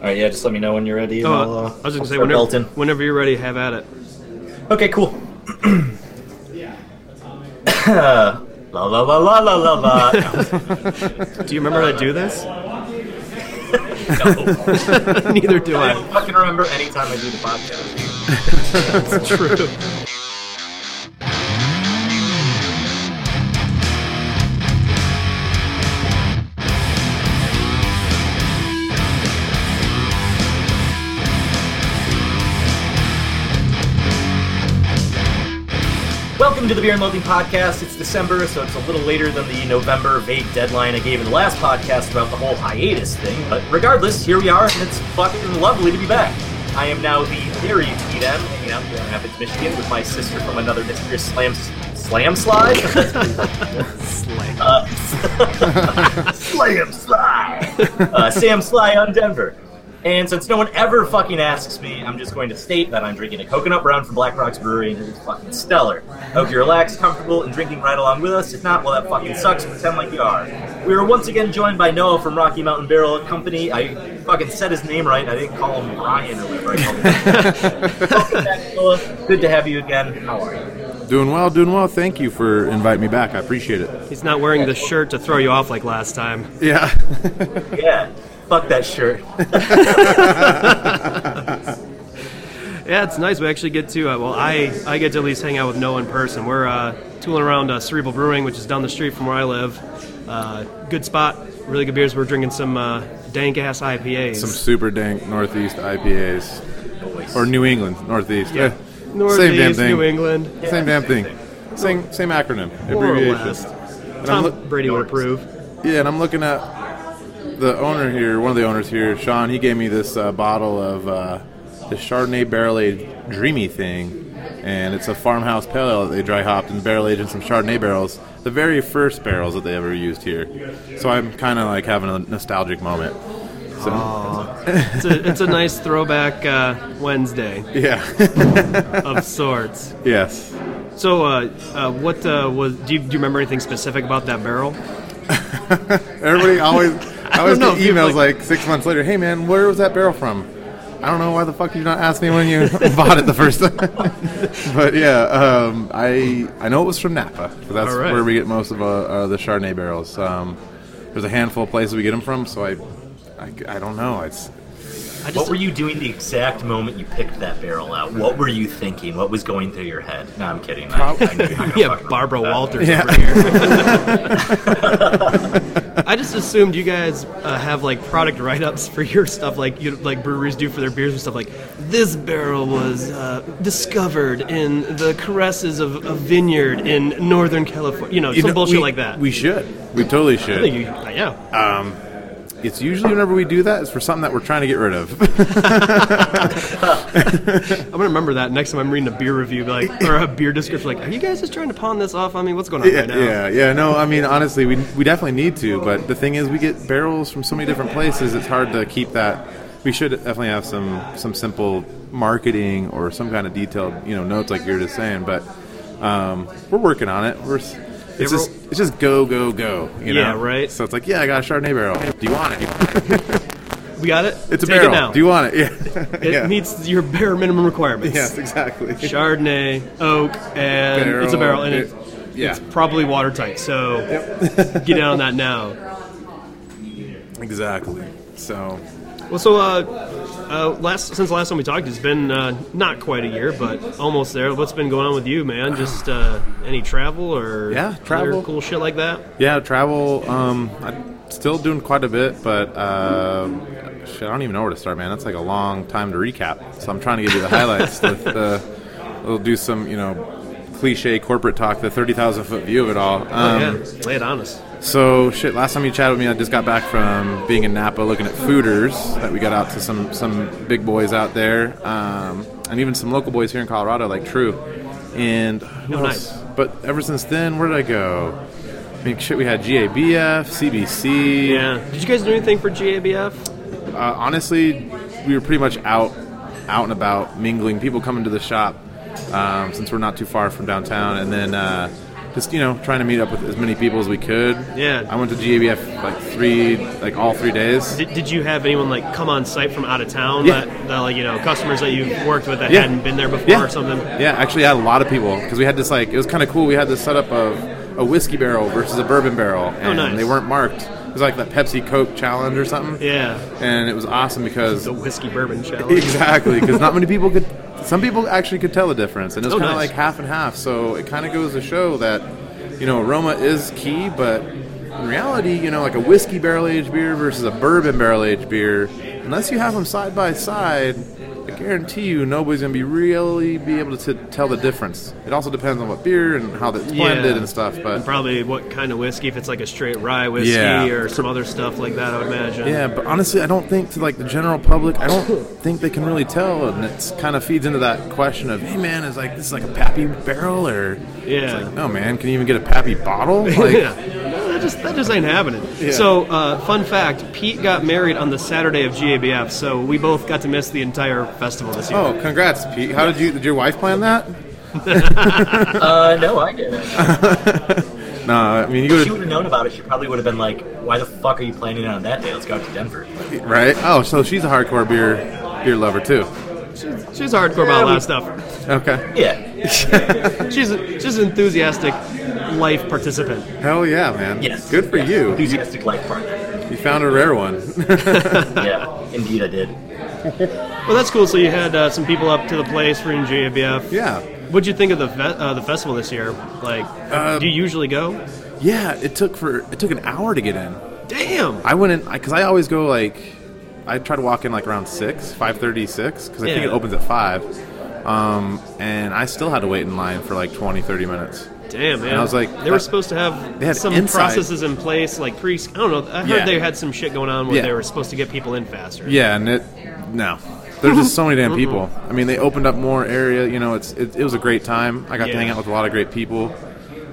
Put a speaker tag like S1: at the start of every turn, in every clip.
S1: All right, yeah, just let me know when you're ready. and
S2: Oh,
S1: I'll, uh,
S2: I was just
S1: I'll
S2: gonna say
S1: start
S2: whenever,
S1: belting.
S2: whenever you're ready, have at it.
S1: Okay, cool. la la la la la la la.
S2: Do you remember how to do this?
S1: No.
S2: Neither do
S1: I
S2: I.
S1: don't fucking remember any time I do the podcast.
S2: It's true.
S1: Welcome to the Beer and Loathing Podcast. It's December, so it's a little later than the November vague deadline I gave in the last podcast about the whole hiatus thing. But regardless, here we are, and it's fucking lovely to be back. I am now the very TDM, hanging out here in Rapids, Michigan, with my sister from another Mystery Slam Slam Slide.
S2: Slay.
S1: Uh, Slam Sly! Uh, Sam Sly on Denver. And since no one ever fucking asks me, I'm just going to state that I'm drinking a coconut brown from Black Rocks Brewery and it is fucking stellar. I hope you're relaxed, comfortable, and drinking right along with us. If not, well, that fucking sucks. Pretend like you are. We were once again joined by Noah from Rocky Mountain Barrel Company. I fucking said his name right. I didn't call him Brian or whatever I called him. Welcome back, Noah. Good to have you again. How are you?
S3: Doing well, doing well. Thank you for inviting me back. I appreciate it.
S2: He's not wearing the shirt to throw you off like last time.
S3: Yeah.
S1: Yeah. Fuck that shirt.
S2: Yeah, it's nice. We actually get to, uh, well, I, I get to at least hang out with Noah in person. We're uh, tooling around uh, Cerebral Brewing, which is down the street from where I live. Uh, good spot, really good beers. We're drinking some uh, dank ass IPAs.
S3: Some super dank Northeast IPAs. Or New England, Northeast. Eh,
S2: Northeast,
S3: same damn thing.
S2: New England.
S3: Same damn thing. Same same acronym.
S2: More or
S3: abbreviation.
S2: less.
S3: And I'm
S2: Tom
S3: loo-
S2: Brady would approve.
S3: yeah, and I'm looking at the owner here, one of the owners here, Sean. He gave me this uh, bottle of uh, the Chardonnay barrel aged dreamy thing. And it's a farmhouse pale ale that they dry hopped and barrel aged in some Chardonnay barrels, the very first barrels that they ever used here. So I'm kind of like having a nostalgic moment. So,
S2: It's a, it's a nice throwback uh, Wednesday
S3: Yeah.
S2: of sorts.
S3: yes.
S2: So, uh, uh, what uh, was? Do you, do you remember anything specific about that barrel?
S3: Everybody always, I always
S2: know,
S3: get
S2: people
S3: emails
S2: like-
S3: like, six months later. Hey man, where was that barrel from? I don't know why the fuck did you not ask me when you bought it the first time. but yeah, um, I I know it was from Napa. 'cause that's
S2: All right.
S3: where we get most of uh, uh, the Chardonnay barrels. Um, there's a handful of places we get them from, so I I, I don't know. It's
S2: I just,
S1: What were you doing the exact moment you picked that barrel out? What were you thinking? What was going through your head? No, I'm kidding. I,
S3: Prob-
S1: I knew you were gonna
S2: yeah,
S1: fucking
S2: Barbara
S1: remember
S2: Walters
S3: Yeah.
S2: over here. I just assumed you guys uh, have like product write-ups for your stuff, like you like breweries do for their beers and stuff. Like this barrel was uh, discovered in the caresses of a vineyard in Northern California. You know, some
S3: know,
S2: bullshit
S3: we-
S2: like that.
S3: We should. We totally should.
S2: I think you- uh, yeah,
S3: It's usually whenever we do that, it's for something that we're trying to get rid of.
S2: I'm gonna remember that next time I'm reading a beer review, like or a beer description. Like, are you guys just trying to pawn this off on me? What's going on
S3: yeah,
S2: right now?
S3: yeah, yeah. No, I mean, honestly, we, we definitely need to. But the thing is, we get barrels from so many different places. It's hard to keep that. We should definitely have some some simple marketing or some kind of detailed, you know, notes like you were just saying. But um, we're working on it. We're s-
S2: You
S3: it's just
S2: ever-
S3: it's just go go go. You
S2: Yeah,
S3: know?
S2: right.
S3: So it's like, yeah, I got a Chardonnay barrel. Do you want it?
S2: We got it.
S3: It's a
S2: Take
S3: barrel.
S2: It now.
S3: Do you want it? Yeah.
S2: It
S3: yeah.
S2: meets your bare minimum requirements.
S3: Yes, exactly.
S2: Chardonnay, oak, and it's a barrel, and
S3: it-
S2: it's
S3: yeah,
S2: probably watertight. So get in on that now.
S3: exactly. So
S2: Well, so uh, uh, last since the last time we talked, it's been uh, not quite a year, but almost there. What's been going on with you, man? Just uh, any travel or
S3: Yeah,
S2: other
S3: travel.
S2: cool shit like that.
S3: Yeah, travel. Um, I'm still doing quite a bit, but uh, shit, I don't even know where to start, man. That's like a long time to recap. So I'm trying to give you the highlights. with, uh, we'll do some, you know, cliche corporate talk, the thirty thousand foot view of it all. Um,
S2: yeah, lay it on us.
S3: so shit, last time you chatted with me, I just got back from being in Napa, looking at fooders that we got out to some some big boys out there, um, and even some local boys here in Colorado, like True, and who
S2: Oh,
S3: else?
S2: nice.
S3: But ever since then, where did I go? I mean, shit, we had GABF, CBC.
S2: Yeah. Did you guys do anything for GABF?
S3: Uh, honestly, we were pretty much out out and about, mingling, people coming to the shop, um, since we're not too far from downtown, and then. Uh, just you know trying to meet up with as many people as we could.
S2: Yeah.
S3: I went to GABF like three, like all three days.
S2: Did, did you have anyone like come on site from out of town?
S3: Yeah.
S2: That, that like you know customers that you worked with that
S3: Yeah.
S2: hadn't been there before
S3: Yeah.
S2: or something.
S3: Yeah, actually, I had a lot of people because we had this like it was kind of cool. We had this setup of a whiskey barrel versus a bourbon barrel, and
S2: Oh, nice.
S3: they weren't marked. It was like that Pepsi Coke challenge or something.
S2: Yeah.
S3: and it was awesome because
S2: The whiskey bourbon challenge.
S3: exactly because not many people could. Some people actually could tell the difference, and it was
S2: Oh,
S3: kind of
S2: nice.
S3: like half and half. So it kind of goes to show that you know aroma is key, but in reality, you know, like a whiskey barrel aged beer versus a bourbon barrel aged beer, unless you have them side by side. I guarantee you, nobody's gonna be really be able to t- tell the difference. It also depends on what beer and how that's blended
S2: Yeah.
S3: and stuff.
S2: And
S3: But
S2: probably what kind of whiskey? If it's like a straight rye whiskey
S3: Yeah.
S2: or some other stuff like that, I would imagine.
S3: Yeah, but honestly, I don't think to like the general public, I don't think they can really tell, and it's kind of feeds into that question of, hey man, is like this is like a pappy barrel or?
S2: Yeah.
S3: It's like, no man, can you even get a pappy bottle? Like,
S2: yeah. That just, that just ain't happening.
S3: Yeah.
S2: So, uh, fun fact Pete got married on the Saturday of GABF, so we both got to miss the entire festival this year.
S3: Oh, congrats, Pete. How did you? Did your wife plan that?
S1: Uh, no, I did it.
S3: No, I mean you
S1: If she
S3: go
S1: would have known about it, she probably would have been like, "Why the fuck are you planning it on that day? Let's go out to Denver."
S3: to right. Oh, so she's a hardcore beer beer lover too.
S2: She's, she's hardcore about a lot of stuff.
S3: Okay.
S1: Yeah.
S2: She's, a, she's an enthusiastic life participant.
S3: Hell yeah, man.
S1: Yes.
S3: Good for
S1: Yes.
S3: you.
S1: Enthusiastic life partner.
S3: You found a rare one.
S1: yeah, indeed, I did.
S2: Well, that's cool. So, you had uh, some people up to the place for in GABF.
S3: yeah.
S2: What'd you think of the fe- uh, the festival this year? Like,
S3: Um,
S2: do you usually go?
S3: Yeah. It took for it took an hour to get in.
S2: Damn.
S3: I went in because I always go like I try to walk in like around six, five thirty, six because I think
S2: Yeah.
S3: it opens at five. Um, and I still had to wait in line for like 20, 30 minutes.
S2: Damn, man.
S3: And I was like,
S2: they were
S3: that-
S2: supposed to have
S3: they had
S2: some
S3: inside-
S2: processes in place, like pre. I don't know. I heard
S3: Yeah.
S2: they had some shit going on where
S3: Yeah.
S2: they were supposed to get people in faster.
S3: Yeah, and it no, there's just so many damn people. I mean, they opened up more area. You know, it's it, it was a great time. I got
S2: Yeah.
S3: to hang out with a lot of great people.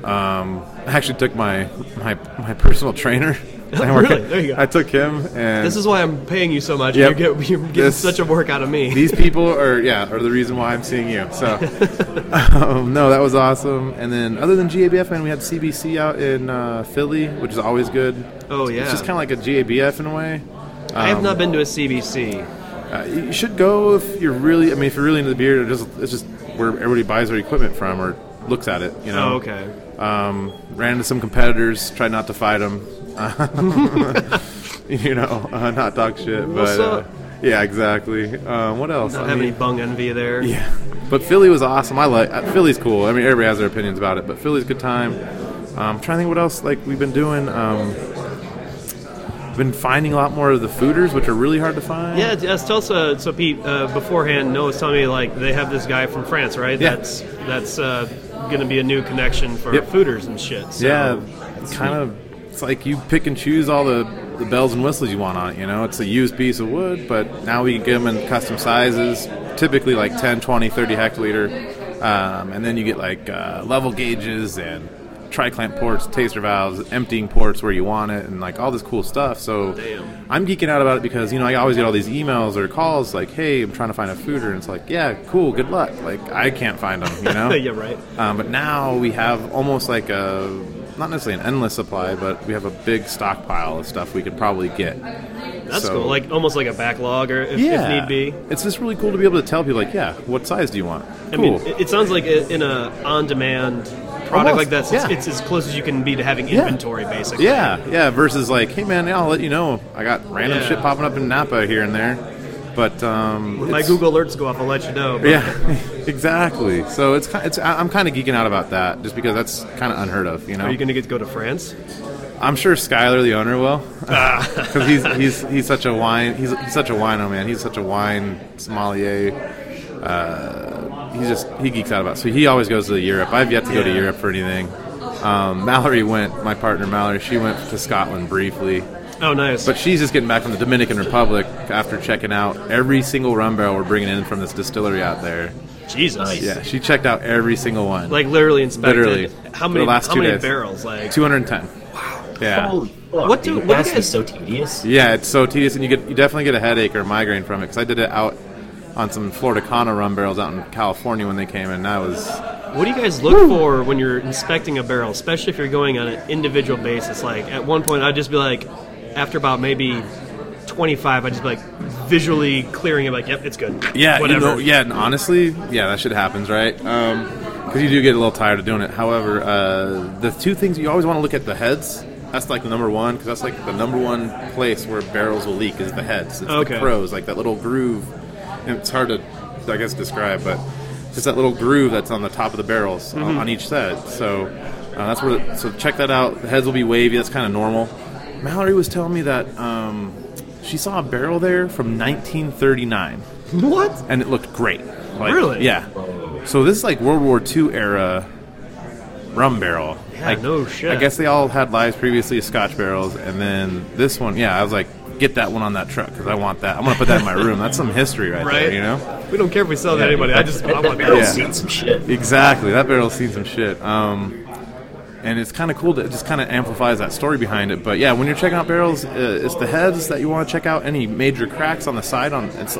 S3: Um, I actually took my my my personal trainer. I work-
S2: Oh, Really? There you go.
S3: I took him, and
S2: This is why I'm paying you so much.
S3: Yep.
S2: You get, you're getting
S3: This-
S2: such a work out of me.
S3: these people are yeah are the reason why I'm seeing you. So um, no, that was awesome. And then other than GABF, man, we had CBC out in uh, Philly, which is always good.
S2: Oh, yeah.
S3: it's just kind of like a GABF in a way.
S2: I have
S3: Um,
S2: not been to a CBC.
S3: Uh, you should go if you're really. I mean, if you're really into the beer, it just it's just where everybody buys their equipment from or looks at it. You know.
S2: Oh, okay.
S3: Um, ran into some competitors. Tried not to fight them. you know, uh, not talk shit.
S2: What's
S3: but
S2: up?
S3: Uh, yeah, exactly. Um, what else?
S2: Not
S3: I
S2: have
S3: mean-
S2: any bung envy there.
S3: yeah, but Philly was awesome. I like uh, Philly's cool. I mean, everybody has their opinions about it, but Philly's a good time. Um, I'm trying to think what else like we've been doing. Um, been finding a lot more of the fooders, which are really hard to find.
S2: Yeah, yes, tell us. Uh, so, Pete, uh, beforehand, Noah was telling me like they have this guy from France, right?
S3: Yeah.
S2: That's that's uh, going to be a new connection for
S3: Yep.
S2: fooders and shit. So.
S3: yeah, it's kind of. It's like you pick and choose all the, the bells and whistles you want on it. You know, it's a used piece of wood, but now we can get them in custom sizes, typically like 10, 20, 30 hectoliter, um, and then you get like uh, level gauges and tri-clamp ports, taster valves, emptying ports where you want it, and like all this cool stuff. So
S2: Damn.
S3: I'm geeking out about it because you know I always get all these emails or calls like, "Hey, I'm trying to find a fooder," and it's like, "Yeah, cool, good luck." Like I can't find them, you know?
S2: yeah, right.
S3: Um, but now we have almost like a not necessarily an endless supply, but we have a big stockpile of stuff we could probably get.
S2: That's
S3: So-
S2: cool. Like almost like a backlog, or if, if need be.
S3: It's just really cool to be able to tell people, like, yeah, what size do you want? Cool.
S2: I mean, it, it sounds like i- in a on-demand product
S3: Almost,
S2: like this, it's,
S3: yeah.
S2: it's as close as you can be to having
S3: Yeah.
S2: inventory, basically.
S3: yeah, yeah. Versus like, hey man, I'll let you know. I got random
S2: Yeah.
S3: shit popping up in Napa here and there, but um,
S2: When my
S3: it's-
S2: Google alerts go off, I'll let you know. But
S3: Yeah, exactly. So it's ki- it's I- I'm kind of geeking out about that just because that's kind of unheard of, you know.
S2: Are you going to get to go to France?
S3: I'm sure Skyler, the owner, will,
S2: Ah.
S3: because he's he's he's such a wine he's, he's such a wino man. He's such a wine sommelier. Uh, he's just he geeks out about. It. So he always goes to Europe. I've yet to go to
S2: Yeah.
S3: Europe for anything. Um, Mallory went. My partner Mallory, she went to Scotland briefly,
S2: Oh, nice.
S3: but she's just getting back from the Dominican Republic after checking out every single rum barrel we're bringing in from this distillery out there.
S2: Jesus.
S1: Nice.
S3: Yeah, she checked out every single one.
S2: Like literally inspected.
S3: Literally.
S2: How
S3: The
S2: many?
S3: last
S2: how
S3: two
S2: many
S3: days.
S2: barrels? Like.
S3: 210. Wow. Yeah.
S1: Holy fuck,
S2: What do-
S1: dude,
S2: what do
S1: that's
S2: you guys-
S1: so tedious?
S3: Yeah, it's so tedious, and you get you definitely get a headache or a migraine from it because I did it out on some Floridacana rum barrels out in California when they came, and that was
S2: What do you guys look for when you're inspecting a barrel, especially if you're going on an individual basis? Like at one point, I'd just be like, after about maybe 25, I'd just be like visually clearing it, like, yep, it's good.
S3: yeah, you
S2: whatever.
S3: know, yeah. And honestly, yeah, that shit happens, right? Because you do get a little tired of doing it. However, uh, the two things you always want to look at the heads. That's like the number one because that's like the number one place where barrels will leak is the heads. It's
S2: Okay.
S3: the crows, like that little groove. And it's hard to, I guess, describe, but just that little groove that's on the top of the barrels uh, on,
S2: Mm-hmm.
S3: on each side. So uh, that's where. so check that out. The heads will be wavy. That's kind of normal. Mallory was telling me that um, she saw a barrel there from 1939
S2: What?
S3: and it looked great. Like,
S2: Really?
S3: Yeah. So this is like World War II era rum barrel.
S2: Yeah,
S3: like,
S2: no shit.
S3: I guess they all had lives previously as Scotch barrels, and then this one. Yeah, I was like, get that one on that truck because I want that. I'm gonna put that in my room. That's some history right,
S2: Right?
S3: there. You know.
S2: We don't care if we sell that to anybody. I just I
S1: That,
S2: want
S1: that
S2: barrels.
S1: barrel's
S3: Yeah.
S1: seen some shit.
S3: Exactly. That barrel's seen some shit. Um, and it's kind of cool that it just kind of amplifies that story behind it. But yeah, when you're checking out barrels, uh, it's the heads that you want to check out. Any major cracks on the side on it's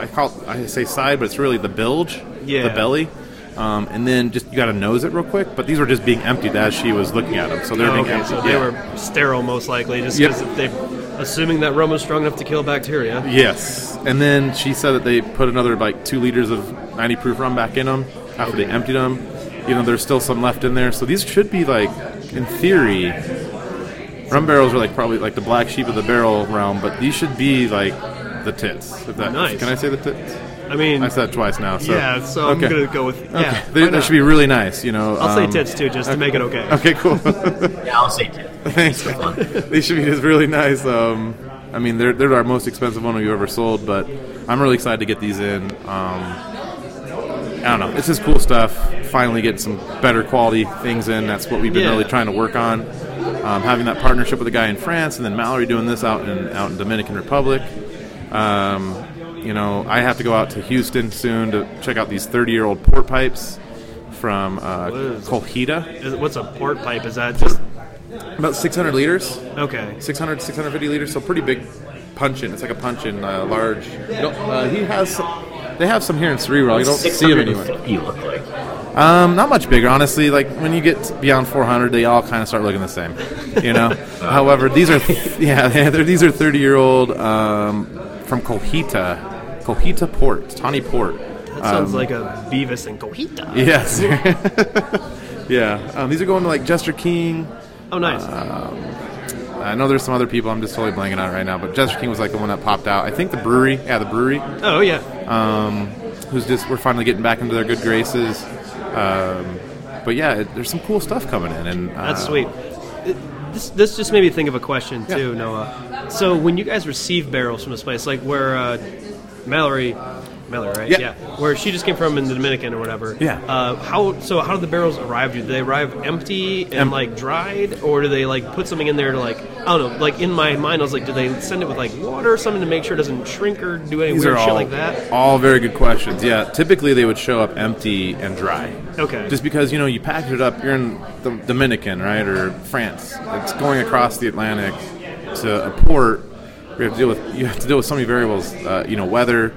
S3: I call I say side, but it's really the bilge,
S2: Yeah.
S3: the belly. Um, and then just you got to nose it real quick. But these were just being emptied as she was looking at them, so they're
S2: Oh,
S3: being
S2: okay,
S3: emptied.
S2: so they
S3: yeah.
S2: were sterile most likely, just
S3: Yep.
S2: because they, assuming that rum was strong enough to kill bacteria.
S3: Yes, and then she said that they put another like two liters of 90 proof rum back in them after they emptied them. You know, there's still some left in there, so these should be like, in theory, rum barrels are like probably like the black sheep of the barrel realm, but these should be like the tits. If that,
S2: Nice.
S3: Can I say the tits?
S2: I mean,
S3: I said it twice now. So.
S2: yeah. So
S3: okay.
S2: I'm gonna go with
S3: Okay.
S2: yeah.
S3: they,
S2: why
S3: they
S2: not?
S3: should be really nice. You know,
S2: I'll
S3: um,
S2: say tits too, just to make it okay.
S3: Okay, cool.
S1: Yeah, I'll say tip.
S3: Thanks. they should be just really nice. Um, I mean, they're, they're our most expensive one we've ever sold, but I'm really excited to get these in. Um, I don't know. It's just cool stuff. Finally getting some better quality things in. That's what we've been
S2: Yeah.
S3: really trying to work on. Um, having that partnership with a guy in France, and then Mallory doing this out in out in Dominican Republic. Um, you know, I have to go out to Houston soon to check out these 30 year old port pipes from uh,
S2: is-
S3: Colchita,
S2: Is- what's a port pipe? Is that just
S3: about 600 liters.
S2: okay?
S3: 600, 650 liters, so pretty big punch in. It's like a punch in, uh, large. You don't- uh, he has. They have some here in Cerebral. You don't see them anywhere.
S1: 650 look like.
S3: Um, not much bigger, honestly. Like when you get beyond 400, they all kind of start looking the same. You know. However, these are yeah, they're, these are 30 year old um, from Cojita, Cojita Port, Tawny Port.
S2: That sounds like a Beavis and Cojita.
S3: Yes. yeah. Um, these are going to like Jester King.
S2: Oh, nice.
S3: I know there's some other people. I'm just totally blanking on it right now. But Jester King was like the one that popped out. I think the brewery. Yeah, the brewery.
S2: oh yeah.
S3: um, who's just we're finally getting back into their good graces. Um, but yeah, it, there's some cool stuff coming in, and uh,
S2: That's sweet. It- This, this just made me think of a question too, Noah. So when you guys receive barrels from this place, like where uh, Mallory, Mallory, right?
S3: Yeah.
S2: Where she just came from in the Dominican or whatever.
S3: Yeah.
S2: Uh, how so? How did the barrels arrive? to you? Did they arrive empty and
S3: Em-
S2: like dried, or do they like put something in there to like I don't know? Like in my mind, I was like, do they send it with like water or something to make sure it doesn't shrink or do any
S3: These
S2: weird
S3: are
S2: shit
S3: all
S2: like that?
S3: all very good questions. Yeah, typically they would show up empty and dry.
S2: Okay.
S3: Just because you know you package it up, you're in the Dominican, right, or France. It's going across the Atlantic to a port. We have to deal with you have to deal with so many variables. Uh, you know, weather,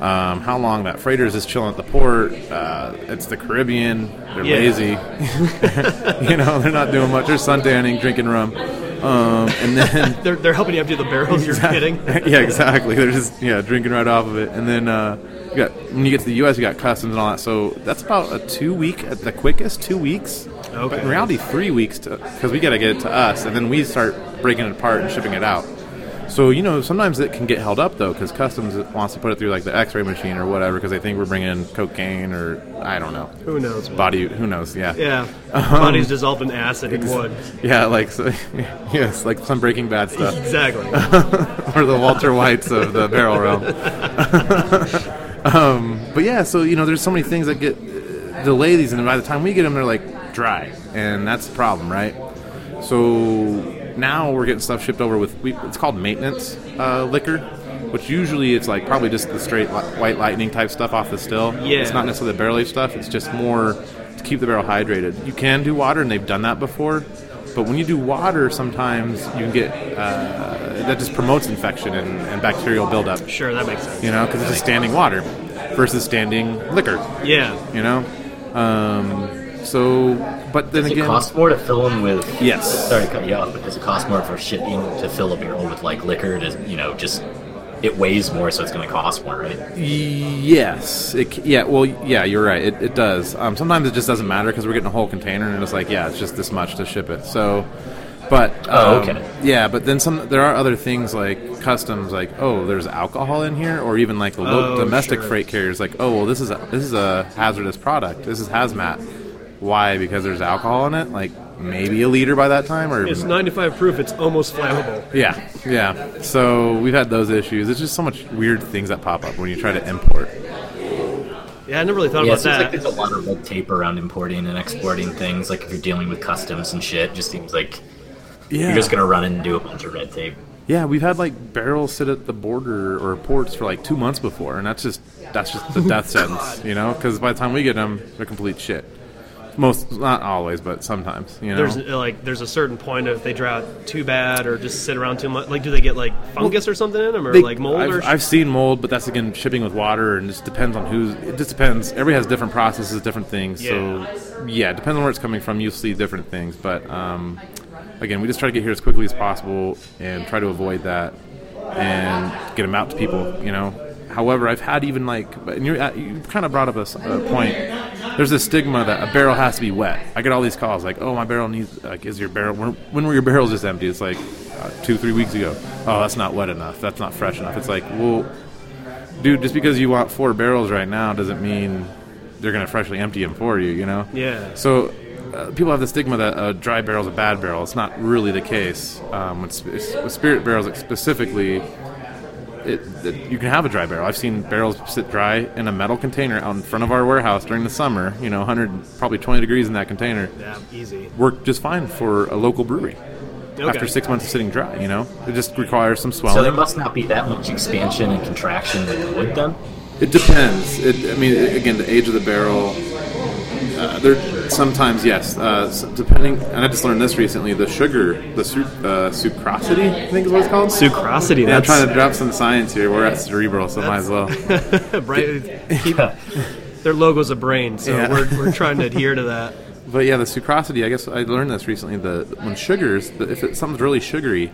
S3: um, how long that freighter is just chilling at the port. Uh, it's the Caribbean. They're
S2: Yeah.
S3: lazy. you know, they're not doing much. They're suntanning, drinking rum, um, and then
S2: They're, they're helping you empty the barrels. You're kidding.
S3: yeah, exactly. They're just yeah drinking right off of it, and then uh, you got when you get to the U.S., you got customs and all that. So that's about a two week at the quickest, two weeks. But
S2: Okay.
S3: in reality, three weeks because we got to get it to us, and then we start breaking it apart and shipping it out. So you know sometimes it can get held up though because customs wants to put it through like the X-ray machine or whatever because they think we're bringing in cocaine or I don't know
S2: Who knows? man?
S3: body who knows yeah
S2: Yeah.
S3: Um,
S2: Body's dissolved in acid and wood.
S3: yeah like so, yes like some Breaking Bad stuff.
S2: Exactly.
S3: or the Walter Whites of the barrel realm. um, but yeah, so you know, there's so many things that get uh, delay these, and by the time we get them, they're like dry, and that's the problem, right? So now we're getting stuff shipped over with we, it's called maintenance uh, liquor, which usually it's like probably just the straight li- white lightning type stuff off the still.
S2: Yeah.
S3: it's not necessarily the barrel aged stuff. It's just more to keep the barrel hydrated. You can do water, and they've done that before. But when you do water, sometimes you can get uh, it that just promotes infection and, and bacterial buildup.
S2: Sure, that makes sense.
S3: You know, because it's just standing water versus standing liquor.
S2: Yeah.
S3: You know, um, so but then
S1: Does
S3: again,
S1: it cost more to fill them with?
S3: Yes.
S1: Sorry to cut you off, but does it cost more for shipping to fill a barrel with like liquor? Does you know just it weighs more, so it's going to cost more, right?
S3: yes, it, c- yeah. Well, yeah, you're right. It, it does. Um, sometimes it just doesn't matter because we're getting a whole container and it's like, yeah, it's just this much to ship it. So, but
S1: Oh,
S3: um,
S1: okay.
S3: yeah, but then some. There are other things like customs, like oh, there's alcohol in here, or even like the lo-
S2: Oh,
S3: domestic
S2: sure.
S3: freight carriers, like oh, well, this is a, this is a hazardous product. This is hazmat. Why? Because there's alcohol in it. Like maybe a liter by that time, or
S2: It's 95 proof. It's almost flammable.
S3: Yeah, yeah. So we've had those issues. It's just so much weird things that pop up when you try to import.
S2: Yeah, I never really thought
S1: Yeah, it
S2: about
S1: seems
S2: that.
S1: like there's a lot of red tape around importing and exporting things. Like if you're dealing with customs and shit, it just seems like
S3: Yeah,
S1: you're just going to run into a bunch of red tape.
S3: yeah. We've had like barrels sit at the border or ports for like two months before, and that's just that's just the death sentence, you know? Because by the time we get them, they're complete shit. Most, not always, but sometimes, you know.
S2: there's uh, like there's a certain point if they dry out too bad or just sit around too much. Like, do they get like fungus or something in them or
S3: They-
S2: like mold?
S3: I've,
S2: or
S3: I've seen mold, but that's again shipping with water, and it just depends on who's. It just depends. Everybody has different processes, different things. So yeah, it depends on where it's coming from. You see different things, but um, again, we just try to get here as quickly as possible and try to avoid that and get them out to people. You know. However, I've had even like, and you uh, you kind of brought up a, s- a point. There's this stigma that a barrel has to be wet. I get all these calls like, "Oh, my barrel needs like, is your barrel? When, when were your barrels just empty?" It's like uh, two, three weeks ago. Oh, that's not wet enough. That's not fresh enough. It's like, well, dude, just because you want four barrels right now doesn't mean they're gonna freshly empty them for you. You know?
S2: Yeah.
S3: So uh, people have the stigma that a dry barrel's a bad barrel. It's not really the case. Um, with, sp- with spirit barrels specifically, it, it, you can have a dry barrel. I've seen barrels sit dry in a metal container out in front of our warehouse during the summer. You know, 100 probably 20 degrees in that container.
S2: yeah, easy.
S3: Worked just fine for a local brewery.
S2: Okay.
S3: After six months of sitting dry, you know, it just requires some swelling.
S1: So there must not be that much expansion and contraction with wood then.
S3: It depends. It, I mean, a- again, the age of the barrel. Uh, there sometimes yes, uh, s- depending. And I just learned this recently. The sugar, the su- uh, sucrosity, I think is what it's called.
S2: Sucrosity.
S3: Yeah, I'm
S2: That's
S3: trying to drop some science here. We're at cerebral, so might as well.
S2: Brain- keep- their logo's a brain, so
S3: Yeah.
S2: we're, we're trying to adhere to that.
S3: But yeah, the sucrosity. I guess I learned this recently. The when sugars, the, if it, something's really sugary,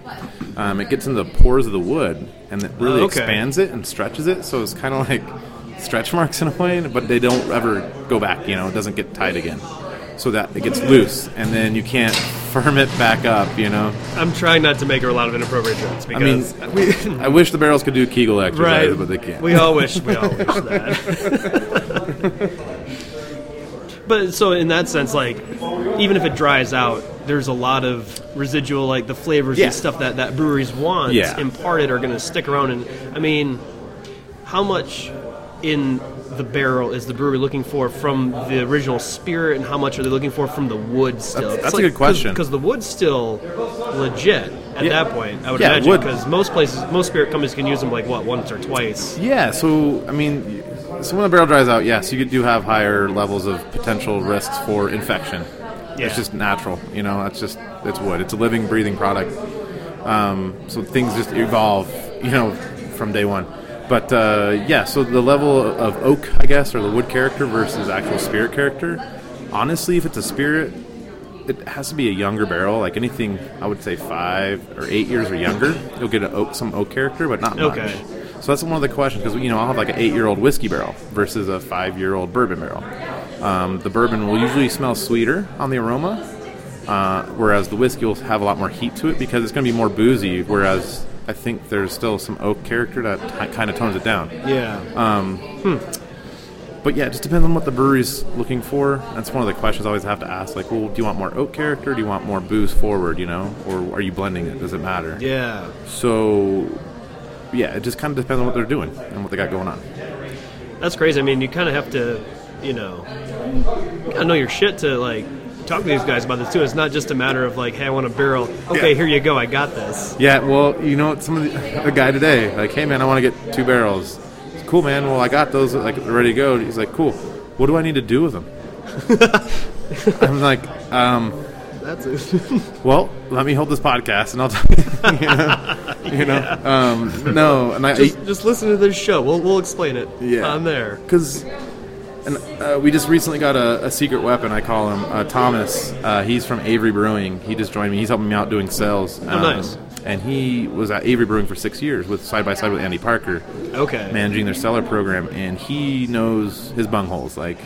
S3: um, it gets into the pores of the wood and it really
S2: Oh, okay.
S3: expands it and stretches it. So it's kind of like stretch marks in a way, but they don't ever go back. You know, it doesn't get tight again. So that it gets loose, and then you can't firm it back up. You know,
S2: I'm trying not to make a lot of inappropriate jokes
S3: I mean,
S2: because
S3: I wish the barrels could do Kegel exercises,
S2: right,
S3: but they can't.
S2: We all wish we all wish that. but so in that sense, like even if it dries out, there's a lot of residual like the flavors
S3: Yeah.
S2: and stuff that that breweries want
S3: Yeah.
S2: imparted are going to stick around. And I mean, how much in the barrel is the brewery looking for from the original spirit, and how much are they looking for from the wood still?
S3: That's- that's a good question.
S2: because the wood's still legit at
S3: Yeah.
S2: that point. I would
S3: Yeah,
S2: imagine
S3: wood.
S2: because most places, most spirit companies can use them like what once or twice.
S3: Yeah, so I mean, so when the barrel dries out, yes, you do have higher levels of potential risks for infection.
S2: Yeah.
S3: It's just natural, you know. That's just it's wood. It's a living, breathing product. Um, so things just evolve, you know, from day one. But uh, yeah, so the level of oak, I guess, or the wood character versus actual spirit character. Honestly, if it's a spirit, it has to be a younger barrel. Like anything, I would say five or eight years or younger, you'll get an oak, some oak character, but not
S2: Okay.
S3: much. So that's one of the questions because you know I'll have like an eight-year-old whiskey barrel versus a five-year-old bourbon barrel. Um, the bourbon will usually smell sweeter on the aroma, uh, whereas the whiskey will have a lot more heat to it because it's going to be more boozy. Whereas I think there's still some oak character that kind of tones it down.
S2: Yeah.
S3: But yeah, it just depends on what the brewery's looking for. That's one of the questions I always have to ask. Like, well, do you want more oak character? Do you want more booze forward? You know, or are you blending it? Does it matter?
S2: yeah.
S3: So, yeah, it just kind of depends on what they're doing and what they got going on. Uh,
S2: That's crazy. I mean, you kind of have to, you know, I know your shit to like talk to these guys about this too. It's not just a matter of like, hey, I want a barrel. Okay,
S3: Yeah.
S2: here you go. I got this.
S3: Yeah, well, you know, some of the, the guy today, like, hey man, I want to get two barrels. It's cool, man. Well, I got those, like, ready to go. He's like, cool. What do I need to do with them? I'm like, um,
S4: That's it.
S3: Well, let me hold this podcast, and I'll tell you. know, you know? Um, no, and I
S4: just, just listen to this show. We'll, we'll explain it
S3: Yeah.
S4: on there.
S3: because and uh, we just recently got a, a secret weapon i call him uh, thomas uh, he's from avery brewing he just joined me he's helping me out doing sales um,
S2: nice.
S3: and he was at avery brewing for six years with side by side with andy parker
S2: Okay.
S3: managing their seller program and he knows his bungholes like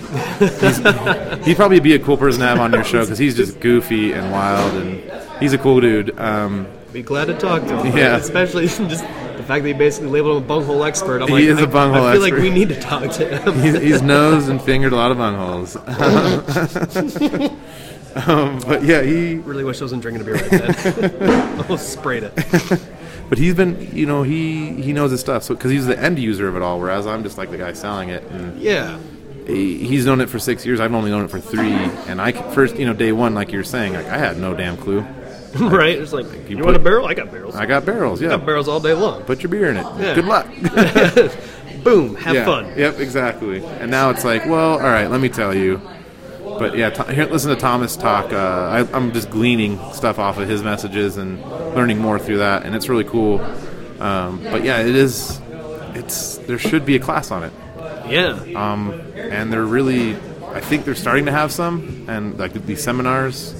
S3: he's, he'd probably be a cool person to have on your show because he's just goofy and wild and he's a cool dude um,
S4: Be glad to talk to him.
S3: Yeah.
S4: Especially just the fact that he basically labeled him a bunghole expert. I'm
S3: He
S4: like,
S3: is a
S4: I-
S3: bunghole
S4: I feel like
S3: expert.
S4: we need to talk to him.
S3: he's, he's nosed and fingered a lot of bungholes um, but yeah he
S2: Really wish I wasn't drinking a beer right then. Almost sprayed it.
S3: But he's been, you know, he he knows his stuff. So because he's the end user of it all, whereas I'm just like the guy selling it. And
S2: Yeah.
S3: he, he's known it for six years. I've only known it for three. And I c- first, you know, day one, like you're saying, like I had no damn clue.
S2: right? It's like, you,
S3: you
S2: want a
S3: put-
S2: barrel? I got barrels. I
S3: I got barrels. Yeah,
S2: got barrels all day long.
S3: put your beer in it.
S2: Yeah.
S3: Good luck.
S2: Boom. Have
S3: yeah.
S2: fun.
S3: Yep, exactly. And now it's like, well, all right, let me tell you. But yeah, Th- here, listen to Thomas talk. Uh, I, I'm just gleaning stuff off of his messages and learning more through that, and it's really cool. Um, but yeah, it is. It's there should be a class on it.
S2: Yeah.
S3: um, and they're really i think they're starting to have some and like these seminars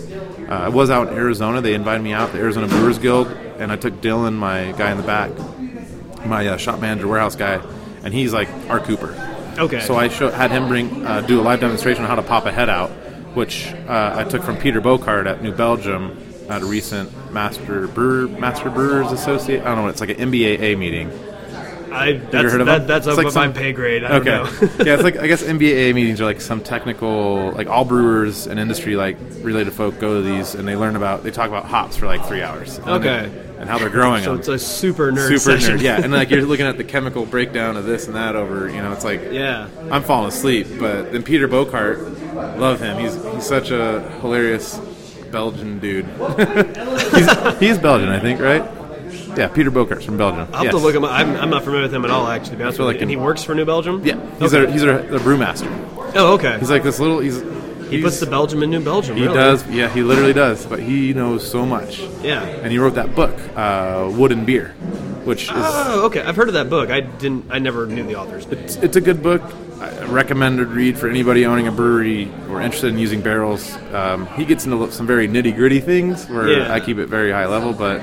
S3: uh, i was out in arizona they invited me out the arizona brewers guild and i took dylan my guy in the back my uh, shop manager warehouse guy and he's like our cooper
S2: Okay.
S3: so I show, had him bring uh, do a live demonstration on how to pop a head out, which uh, I took from Peter Bocard at New Belgium at a recent Master Brewer Master Brewers Associate. I don't know. It's like an MBAA meeting.
S2: I,
S3: Have you
S2: that's,
S3: heard of
S2: that,
S3: them?
S2: that's
S3: It's
S2: up
S3: like
S2: above
S3: some-
S2: my pay grade. I
S3: okay.
S2: don't know.
S3: yeah, it's like I guess MBA meetings are like some technical, like all brewers and industry like related folk go to these and they learn about they talk about hops for like three hours. And then
S2: Okay.
S3: they- and how they're growing
S2: so
S3: them.
S2: it's a super nerd
S3: Super
S2: session.
S3: nerd, yeah, and like you're looking at the chemical breakdown of this and that over, you know, it's like
S2: Yeah.
S3: I'm falling asleep. But then Peter Bocart, love him. He's he's such a hilarious Belgian dude. he's, he's Belgian, I think, right? Yeah, Peter Bocart's from Belgium.
S2: I'll have to look him up. I'm, I'm not familiar with him at all, actually, to be honest
S3: So,
S2: with
S3: like,
S2: you. And he
S3: in-
S2: works for New Belgium?
S3: Yeah, he's
S2: okay.
S3: a he's a, a brewmaster.
S2: Oh, okay.
S3: He's like this little. He's
S2: he puts the Belgium in New Belgium.
S3: He
S2: really.
S3: does. Yeah, he literally does. But he knows so much.
S2: Yeah.
S3: And he wrote that book, uh, Wood and Beer, which is
S2: Oh, okay. I've heard of that book. I didn't. I never knew the authors.
S3: it's, it's a good book. I recommended read for anybody owning a brewery or interested in using barrels. Um, he gets into some very nitty gritty things where
S2: Yeah.
S3: I keep it very high level, but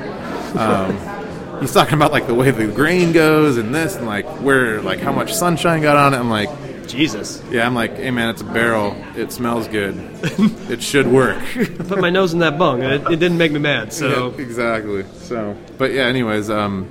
S3: um, he's talking about like the way the grain goes and this and like where like how much sunshine got on it. I'm like,
S2: Jesus.
S3: yeah, I'm like, hey man, it's a barrel. It smells good. it should work.
S2: I put my nose in that bung, and it, it didn't make me mad. So
S3: Yeah, exactly. So, but yeah. Anyways, um,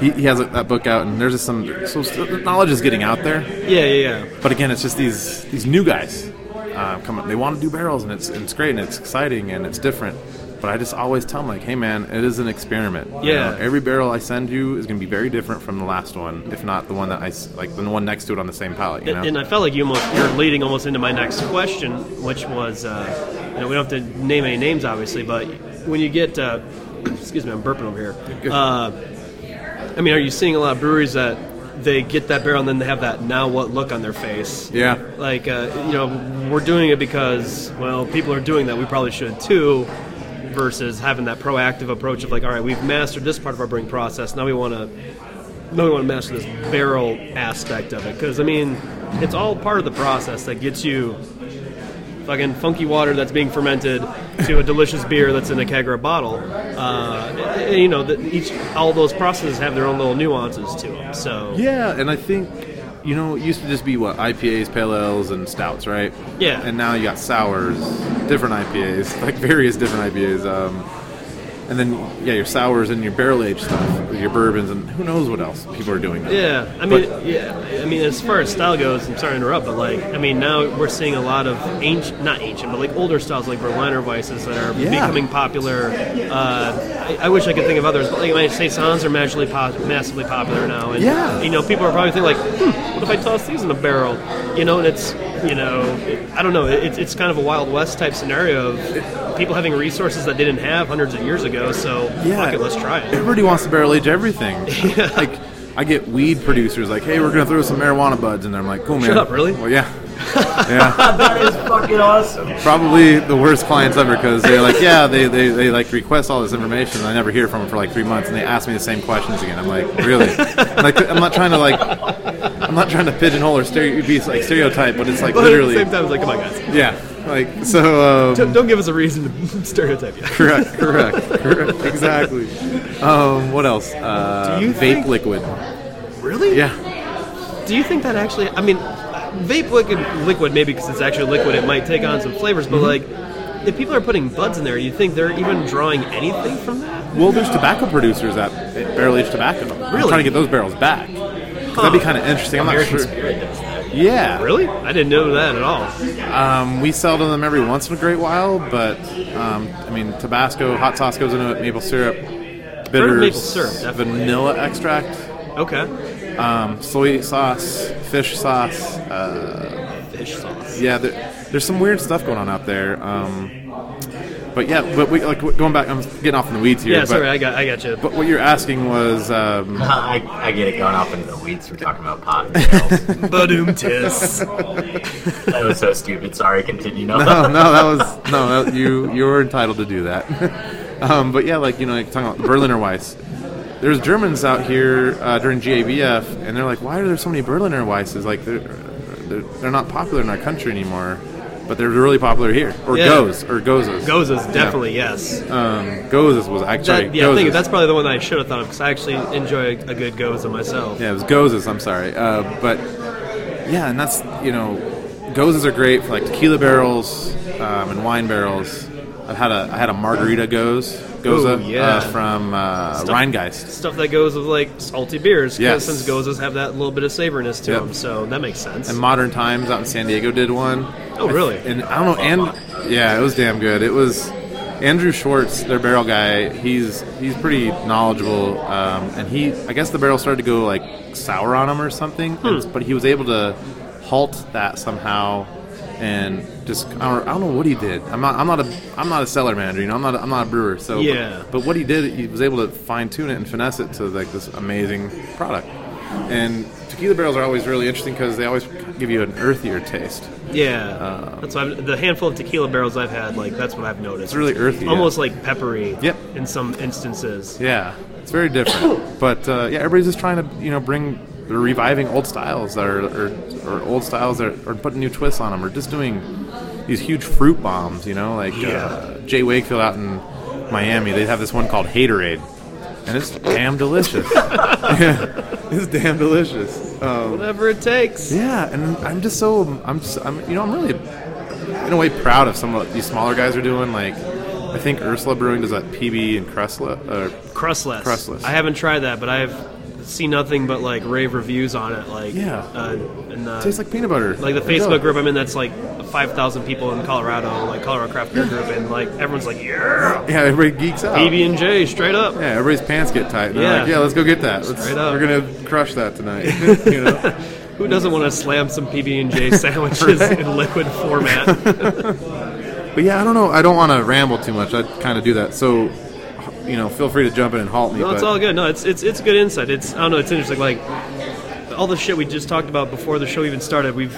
S3: he, he has that book out, and there's just some so so the knowledge is getting out there.
S2: yeah, yeah, yeah.
S3: But again, it's just these these new guys uh, come up. They want to do barrels, and it's and it's great, and it's exciting, and it's different. But I just always tell them like, hey man, it is an experiment. You
S2: Yeah.
S3: know, every barrel I send you is going to be very different from the last one, if not the one that I s- like the one next to it on the same pallet. You know.
S2: And, and I felt like you almost you're leading almost into my next question, which was, uh, you know, we don't have to name any names, obviously, but when you get, uh, excuse me, I'm burping over here. Uh, I mean, are you seeing a lot of breweries that they get that barrel and then they have that now what look on their face?
S3: yeah.
S2: Like, uh, you know, we're doing it because, well, people are doing that. We probably should too, versus having that proactive approach of like, all right, we've mastered this part of our brewing process. Now we want to, now we want to master this barrel aspect of it. Because I mean, it's all part of the process that gets you fucking funky water that's being fermented to a delicious beer that's in a keg or a bottle. Uh, and, you know, that each all those processes have their own little nuances to them. So
S3: Yeah, and I think you know it used to just be what IPAs, pale ales, and stouts, right?
S2: Yeah.
S3: And now you got sours, different IPAs, like various different IPAs. Um, and then yeah, your sours and your barrel aged stuff, your bourbons, and who knows what else people are doing. now.
S2: Yeah, I mean, yeah, I mean, as far as style goes, I'm sorry to interrupt, but like, I mean, now we're seeing a lot of ancient, not ancient, but like older styles like Berliner Weisses that are
S3: Yeah.
S2: becoming popular. Uh, I, I wish I could think of others, but like, my saisons are massively, pop, massively popular now, and
S3: Yeah.
S2: you know, people are probably thinking like, hmm, what if I toss these in a barrel? You know, and it's, you know, I don't know, it, it's kind of a Wild West type scenario of people having resources that they didn't have hundreds of years ago. So
S3: Yeah.
S2: fuck it, let's try it.
S3: Everybody wants to barrel age everything. Like I get weed producers like, "Hey, we're gonna throw some marijuana buds in there." I'm like, "Cool, man."
S2: Shut up, really?
S3: Well, yeah, yeah.
S1: that is fucking awesome.
S3: Probably the worst clients ever because they're like, "Yeah, they, they, they like request all this information, and I never hear from them for like three months, and they ask me the same questions again." I'm like, "Really?" I'm like, I'm not trying to like, I'm not trying to pigeonhole or stereo- be like stereotype, but it's like
S2: But
S3: literally,
S2: at the same time, it's like, come on, guys.
S3: yeah, like so. Um,
S2: Don't, don't give us a reason to stereotype you.
S3: correct, correct, correct, exactly. Um, what else? Uh,
S2: Do you
S3: vape
S2: think-
S3: liquid.
S2: Really?
S3: Yeah,
S2: Do you think that actually? I mean, vape liquid, liquid maybe because it's actually liquid, it might take on some flavors. But like, if people are putting buds in there, you think they're even drawing anything from that?
S3: well, there's tobacco producers that barrel age tobacco. I'm
S2: Really?
S3: trying to get those barrels back. 'Cause That'd be kind of interesting. I'm
S1: American
S3: not sure.
S1: Spirit does that.
S3: Yeah,
S2: Really? I didn't know that at all.
S3: um, we sell to them every once in a great while, but um, I mean, Tabasco, hot sauce goes into it, maple syrup, bitters,
S2: maple syrup, definitely.
S3: vanilla extract,
S2: Okay.
S3: um, soy sauce, fish sauce. Uh,
S2: Fish sauce.
S3: yeah, there, there's some weird stuff going on out there. Um, but yeah, but we like going back. I'm getting off in the weeds here.
S2: Yeah.
S3: but,
S2: Sorry, I got. I got you.
S3: but what you're asking was, um,
S1: I, I get it going off into the weeds. We're talking about pot and barrels.
S2: Badoom tis.
S1: that was so stupid. Sorry, continue. No.
S3: oh no, that was no. That, you you were entitled to do that. um, but yeah, like you know, like talking about the Berliner Weiss. There's Germans out here uh, during GABF, and they're like, why are there so many Berliner Weisses? Like they're, they're they're not popular in our country anymore, but they're really popular here. Or
S2: Yeah.
S3: goes or gozes.
S2: Gozes, definitely yes.
S3: Um, gozes was actually
S2: That- yeah, I think
S3: Gozes.
S2: that's probably the one that I should have thought of because I actually enjoy a good goza myself.
S3: Yeah, it was Gozes. I'm sorry, uh, but yeah, and that's you know, Gozes are great for like tequila barrels um, and wine barrels. I've had a I had a margarita Goz Goza
S2: Ooh, yeah.
S3: uh, from uh, Rheingeist.
S2: Stuff that goes with like salty beers, 'cause
S3: Yes.
S2: since gozas have that little bit of savoriness to
S3: Yep.
S2: them, so that makes sense.
S3: And Modern Times out in San Diego did one.
S2: Oh, really?
S3: And I don't know. And yeah, it was damn good. It was Andrew Schwartz, their barrel guy. He's he's pretty knowledgeable, um, and he I guess the barrel started to go like sour on him or something. and-
S2: Hmm.
S3: but he was able to halt that somehow, and just I don't, I don't know what he did. I'm not I'm not a I'm not a cellar manager. You know, I'm not a, I'm not a brewer. So but-
S2: Yeah.
S3: But, what he did, he was able to fine tune it and finesse it to like this amazing product. And tequila barrels are always really interesting because they always give you an earthier taste.
S2: Yeah,
S3: Um,
S2: that's why I'm, the handful of tequila barrels I've had, like that's what I've noticed. It's
S3: really earthy, yeah.
S2: almost like peppery.
S3: Yep.
S2: In some instances.
S3: Yeah, it's very different. but uh, yeah, everybody's just trying to you know bring they're reviving old styles that are or, or old styles that are, or putting new twists on them or just doing these huge fruit bombs. You know, like uh, Jay Wakefield out in Miami, they have this one called Haterade, and it's damn delicious. yeah, it's damn delicious. Um,
S2: Whatever it takes.
S3: Yeah, and I'm just so I'm just, I'm you know I'm really in a way proud of some of what these smaller guys are doing. Like I think Ursula Brewing does that PB and Cressla. Uh,
S2: Crustless.
S3: Crustless.
S2: I haven't tried that, but I've seen nothing but like rave reviews on it. Like
S3: Yeah.
S2: Uh, and the,
S3: tastes like peanut butter.
S2: like the
S3: There you
S2: Facebook
S3: go.
S2: group I'm in, that's like 5,000 people in Colorado, like Colorado craft beer group, and like everyone's like, yeah,
S3: Yeah, everybody geeks out.
S2: BB and J, straight up.
S3: Yeah, everybody's pants get tight. And They're
S2: Yeah.
S3: like, yeah, let's go get that. Let's,
S2: Straight up.
S3: We're gonna crush that tonight. you know.
S2: Who doesn't want to slam some PB and J sandwiches in liquid format?
S3: But yeah, I don't know. I don't want to ramble too much. I kind of do that. So, you know, feel free to jump in and halt me.
S2: No, it's
S3: but-
S2: all good. No, it's it's it's good insight. It's I don't know. It's interesting. Like all the shit we just talked about before the show even started. We've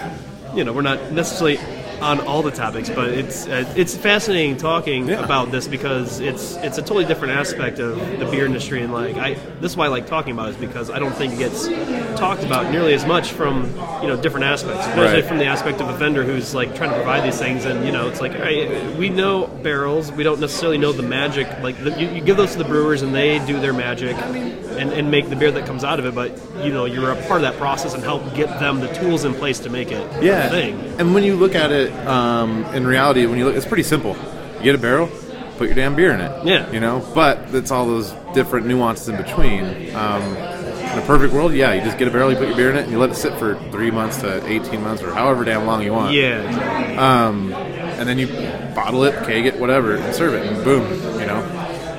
S2: you know we're not necessarily on all the topics, but it's uh, it's fascinating talking
S3: Yeah.
S2: about this because it's it's a totally different aspect of the beer industry. And like I this is why I like talking about it is because I don't think it gets talked about nearly as much from you know different aspects, especially
S3: Right.
S2: from the aspect of a vendor who's like trying to provide these things. And you know it's like all right, we know barrels, we don't necessarily know the magic. Like the, you, you give those to the brewers and they do their magic and, and make the beer that comes out of it. But you know you're a part of that process and help get them the tools in place to make it
S3: yeah.
S2: a thing.
S3: And when you look at it um, in reality, when you look, it's pretty simple. You get a barrel, put your damn beer in it.
S2: Yeah.
S3: You know, but it's all those different nuances in between. Um, in a perfect world, yeah, you just get a barrel, you put your beer in it, and you let it sit for three months to eighteen months or however damn long you want.
S2: Yeah,
S3: Um, and then you bottle it, keg it, whatever, and serve it, and boom, you know.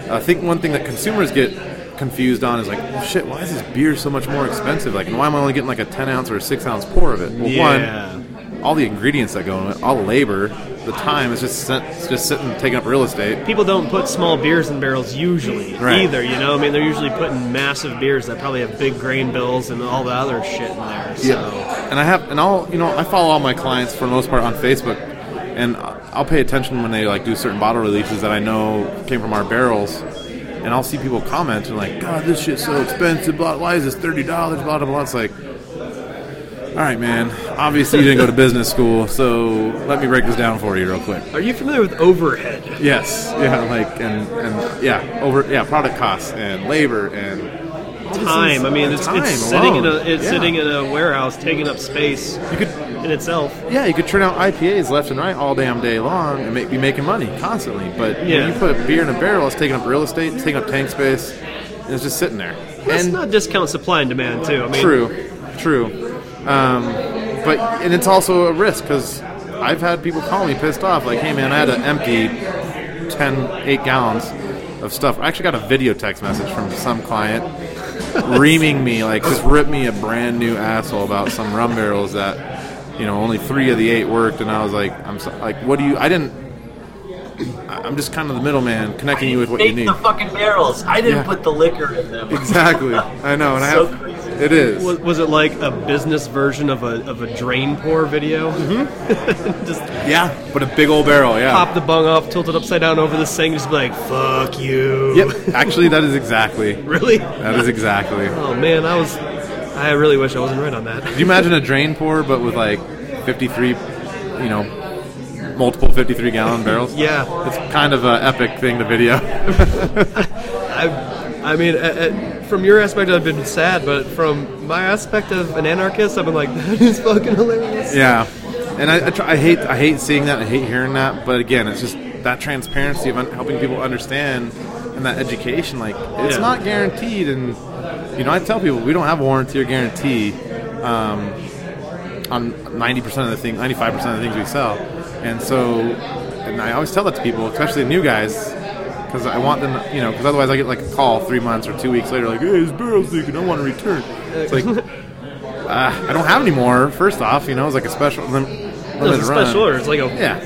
S3: I think one thing that consumers get confused on is like, well, shit, why is this beer so much more expensive? Like, and why am I only getting like a 10 ounce or a 6 ounce pour of it? Well,
S2: yeah.
S3: one, all the ingredients that go in it, all the labor, the time is just sent, it's just sitting taking up real estate.
S2: People don't put small beers in barrels usually
S3: Right.
S2: either. You know, I mean, they're usually putting massive beers that probably have big grain bills and all the other shit in there. So.
S3: And I have, and I'll, you know, I follow all my clients for the most part on Facebook, and I- I'll pay attention when they like do certain bottle releases that I know came from our barrels, and I'll see people comment and like, God, this shit's so expensive. Blah, why is this thirty dollars? Blah blah blah. It's like. All right, man. Obviously, you didn't go to business school, so let me break this down for you real quick.
S2: Are you familiar with overhead?
S3: Yes, yeah, like and and yeah, over yeah, product costs and labor and
S2: Time. I mean, it's,
S3: Time
S2: it's sitting in a
S3: alone,
S2: it's
S3: yeah.
S2: sitting in a warehouse, taking up space
S3: you could
S2: in itself.
S3: yeah, you could turn out IPAs left and right all damn day long and make, be making money constantly. But
S2: Yeah.
S3: when you put beer in a barrel, it's taking up real estate, it's taking up tank space, and it's just sitting there.
S2: Let's
S3: and
S2: not discount supply and demand too. I mean,
S3: True, true. Um, but and it's also a risk because I've had people call me pissed off, like, "Hey man, I had to empty 10, 8 gallons of stuff." I actually got a video text message from some client reaming me, like, just ripped me a brand new asshole about some rum barrels that you know only three of the eight worked, and I was like, "I'm so, like, what do you? I didn't." I- I'm just kind of the middleman connecting you with what you
S1: Make
S3: need.
S1: the fucking barrels. I didn't
S3: Yeah.
S1: put the liquor in them.
S3: Exactly. I know, and I
S1: So
S3: have.
S1: crazy.
S3: It is.
S2: Was, was it like a business version of a of a drain pour video?
S3: Mm-hmm.
S2: just
S3: Yeah, but a big old barrel. Yeah.
S2: pop the bung off, tilt it upside down over the sink, just be like, "Fuck you."
S3: Yep. Actually, that is exactly.
S2: Really?
S3: That is exactly. Do
S2: Oh man, I was. I really wish I wasn't right on that.
S3: you imagine a drain pour, but with like 53, you know, multiple 53 gallon barrels?
S2: Yeah,
S3: It's kind of an epic thing to video.
S2: I. I mean, a a- from your aspect, I've been sad, but from my aspect of an anarchist, I've been like, that is fucking hilarious.
S3: Yeah. And I, I, try, I hate I hate seeing that. I hate hearing that. But again, it's just that transparency of un- helping people understand and that education. Like it's
S2: Yeah.
S3: not guaranteed. And you know, I tell people we don't have a warranty or guarantee um, on ninety percent of the things, ninety five percent of the things we sell. And so, and I always tell that to people, especially new guys. Because I want them, to- you know. Because otherwise, I get like a call three months or two weeks later, like, "Hey, this barrel's leaking. I want to return." It's like, uh, I don't have any more. First off, you know, it's like a special lim-
S2: It was
S3: limited
S2: a
S3: run.
S2: special order. It's like a
S3: Yeah,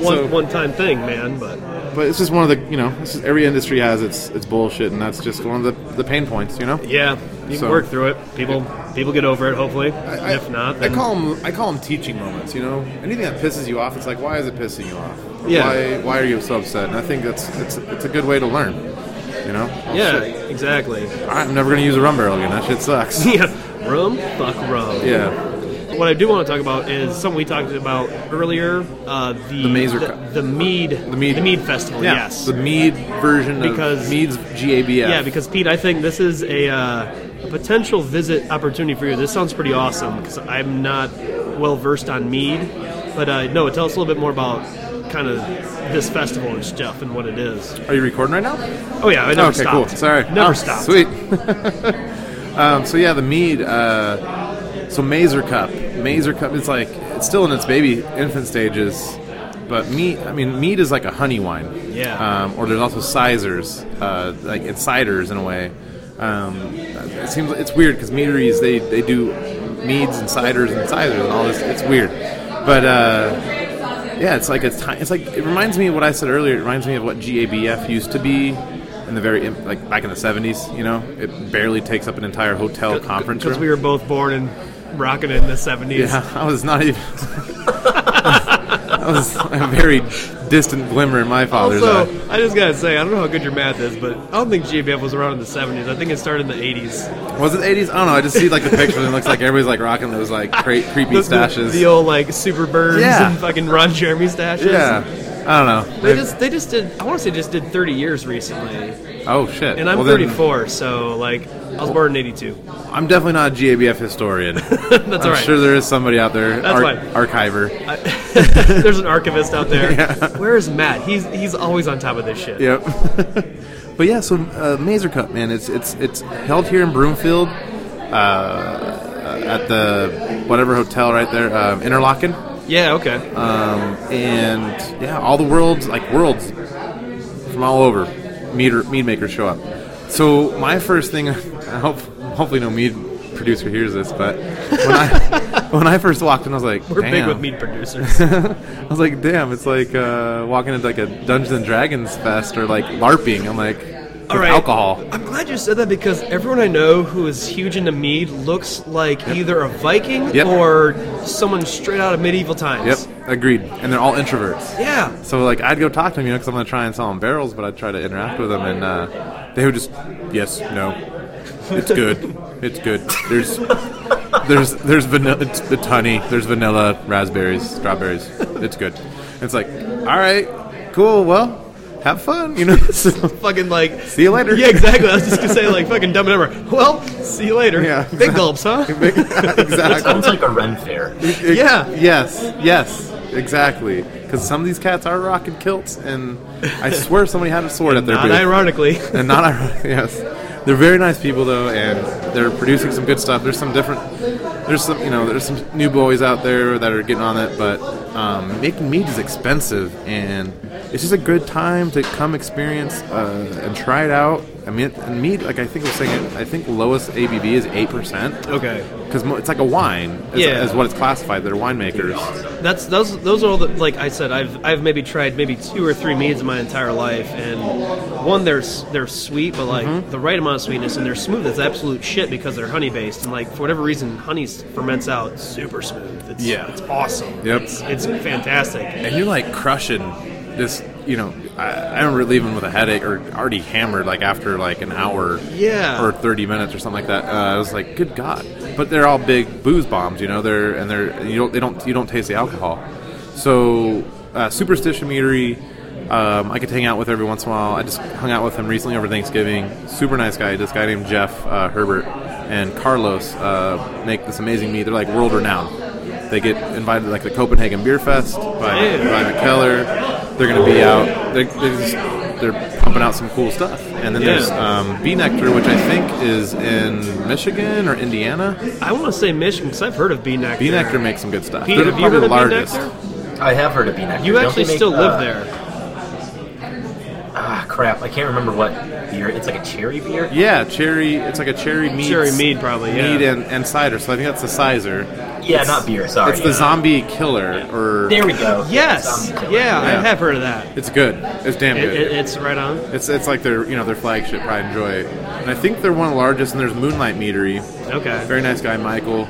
S2: one
S3: so-
S2: one time thing, man. But
S3: but it's just one of the you know, it's just, every industry has its its bullshit, and that's just one of the, the pain points, you know.
S2: yeah, you
S3: So-
S2: can work through it. People people get over it, hopefully.
S3: I-
S2: if not,
S3: I
S2: then
S3: call them I call them teaching moments. You know, anything that pisses you off, it's like, why is it pissing you off? Or
S2: Yeah.
S3: Why Why are you so upset? And I think that's it's it's a good way to learn. You know. Oh,
S2: yeah,
S3: shit.
S2: exactly.
S3: All right, I'm never gonna use a rum barrel again. That shit sucks.
S2: yeah, rum, fuck rum.
S3: yeah.
S2: What I do want to talk about is something we talked about earlier. Uh, the
S3: The Mazer
S2: the,
S3: Cup.
S2: the mead, the
S3: mead.
S2: festival. Yes,
S3: The mead version
S2: Because-
S3: of mead's GABF.
S2: yeah. Because Pete, I think this is a, uh, a potential visit opportunity for you. This sounds pretty awesome because I'm not well versed on mead, but uh, no, tell us a little bit more about kind of this festival and stuff and what it is.
S3: are you recording right now?
S2: Oh yeah, I never
S3: okay,
S2: stopped.
S3: cool. Sorry,
S2: never
S3: Oh,
S2: stopped.
S3: Sweet. um, so yeah, the mead. Uh, so Mazer Cup, Mazer Cup. It's like it's still in its baby infant stages, but mead. I mean, mead is like a honey wine.
S2: Yeah.
S3: Um, or there's also sizers, uh, like it's ciders in a way. Um, it seems it's weird because meaderies they they do meads and ciders and ciders and all this. It's weird, but. Uh, yeah, it's like a time. It's like it reminds me of what I said earlier. It reminds me of what GABF used to be in the very like back in the seventies. You know, it barely takes up an entire hotel conference
S2: Because
S3: room.
S2: we were both born and rocking it in the '70s.
S3: yeah, I was not even. that was a very distant glimmer in my father's eye.
S2: Also, I just gotta say, I don't know how good your math is, but I don't think GBF was around in the 70s. I think it started in the 80s.
S3: Was it eighties? I don't know. I just see like the pictures. and It looks like everybody's like rocking those like cre- creepy
S2: The, the,
S3: stashes.
S2: the old like Super Burns
S3: Yeah.
S2: and fucking Ron Jeremy stashes.
S3: yeah, I don't know.
S2: They just they just did. I want to say just did 30 years recently,
S3: oh shit!
S2: and I'm
S3: Well, then,
S2: 34, so like I was born in 82.
S3: I'm definitely not a GABF historian.
S2: That's
S3: I'm
S2: all right.
S3: sure there is somebody out there,
S2: That's
S3: archiver.
S2: I- there's an archivist out there. Where is Matt? He's he's always on top of this shit.
S3: Yep. but yeah, so uh, Mazer Cup, man, it's it's it's held here in Broomfield, uh, at the whatever hotel right there, um, Interlaken,
S2: Yeah, okay.
S3: um, and yeah, all the world's like worlds from all over, mead mead makers show up. So my first thing, I hope hopefully no mead producer hears this, but when I when I first walked in, I was like,
S2: We're big
S3: "Damn."
S2: with meat producers.
S3: I was like, "Damn!" It's like uh, walking into like a Dungeons and Dragons fest or like LARPing. I'm like, with
S2: All right.
S3: alcohol.
S2: I'm glad you said that because everyone I know who is huge into mead looks like either a Viking
S3: Yep.
S2: or someone straight out of medieval times.
S3: Yep, agreed. And they're all introverts.
S2: Yeah.
S3: So like, I'd go talk to them, you know, because I'm gonna try and sell them barrels, but I'd try to interact with them, and uh, they would just, yes, no, it's good, it's good. There's, there's, there's vanilla. It's, it's honey. There's vanilla, raspberries, strawberries. It's good. And it's like, all right, cool. Well, have fun. You know. So,
S2: Fucking like.
S3: see you later.
S2: Yeah, exactly. I was just gonna say like fucking dumb it over. Well, see you later.
S3: Yeah.
S2: Big gulps, huh?
S3: exactly.
S1: Sounds like a Ren fair.
S2: Yeah.
S3: Yes. Yes. Exactly. Because some of these cats are rocking kilts, and I swear somebody had a sword at their
S2: Not
S3: booth.
S2: ironically.
S3: and not ironic. Yes, they're very nice people though, and they're producing some good stuff. There's some different. There's some you know there's some new boys out there that are getting on it, but um, making meat is expensive, and it's just a good time to come experience uh, and try it out. I mean, and meat like I think I was saying, I think lowest ABV is eight percent
S2: Okay.
S3: because it's like a wine. Is,
S2: Yeah.
S3: is what it's classified. They're winemakers.
S2: That's those. Those are all the like I said. I've I've maybe tried maybe two or three meads in my entire life, and one they're s- they're sweet, but like
S3: Mm-hmm.
S2: the right amount of sweetness, and they're smooth as absolute shit because they're honey based, and like for whatever reason, honey s- ferments out super smooth. It's,
S3: Yeah.
S2: it's awesome.
S3: Yep.
S2: it's, it's fantastic.
S3: and you're like crushing this you know I, I remember leaving with a headache or already hammered like after like an hour
S2: Yeah.
S3: or 30 minutes or something like that uh, i was like good god but they're all big booze bombs you know they're and they're you don't they don't you don't taste the alcohol so uh, superstition meadery um, I could hang out with every once in a while. I just hung out with him recently over Thanksgiving. Super nice guy. This guy named Jeff uh, Herbert and Carlos uh, make this amazing meat. They're like world renowned. They get invited to like the Copenhagen Beer Fest by,
S2: Dude.
S3: by McKellar. They're going to be out. They're, they're, just, they're pumping out some cool stuff. And then
S2: Yeah.
S3: there's um, Bee Nectar, which I think is in Michigan or Indiana.
S2: I want to say Michigan because I've heard of bee nectar.
S3: Bee Nectar makes some good stuff.
S2: Pete,
S3: they're
S2: have you
S3: probably
S2: heard
S3: the
S2: of Bee
S3: largest.
S2: Nectar?
S1: I have heard of Bean
S2: You actually still
S3: uh,
S2: live there.
S1: Ah, crap. I can't remember what beer. It's like a cherry beer?
S3: Yeah, cherry. It's like a cherry mead.
S2: Cherry mead, probably. Yeah.
S3: mead and, and cider. So I think that's the sizer.
S1: Yeah, not beer, sorry.
S3: It's the zombie killer, or
S1: there we go. um,
S2: yes.
S1: Zombie
S2: Yeah,
S1: killer.
S2: I
S3: Yeah.
S2: have heard of that.
S3: it's good. It's damn
S2: It,
S3: good.
S2: it, it's right on.
S3: it's it's like their you know their flagship Pride and Joy, and I think they're one of the largest. And there's Moonlight Meadery.
S2: Okay.
S3: Very nice guy, Michael.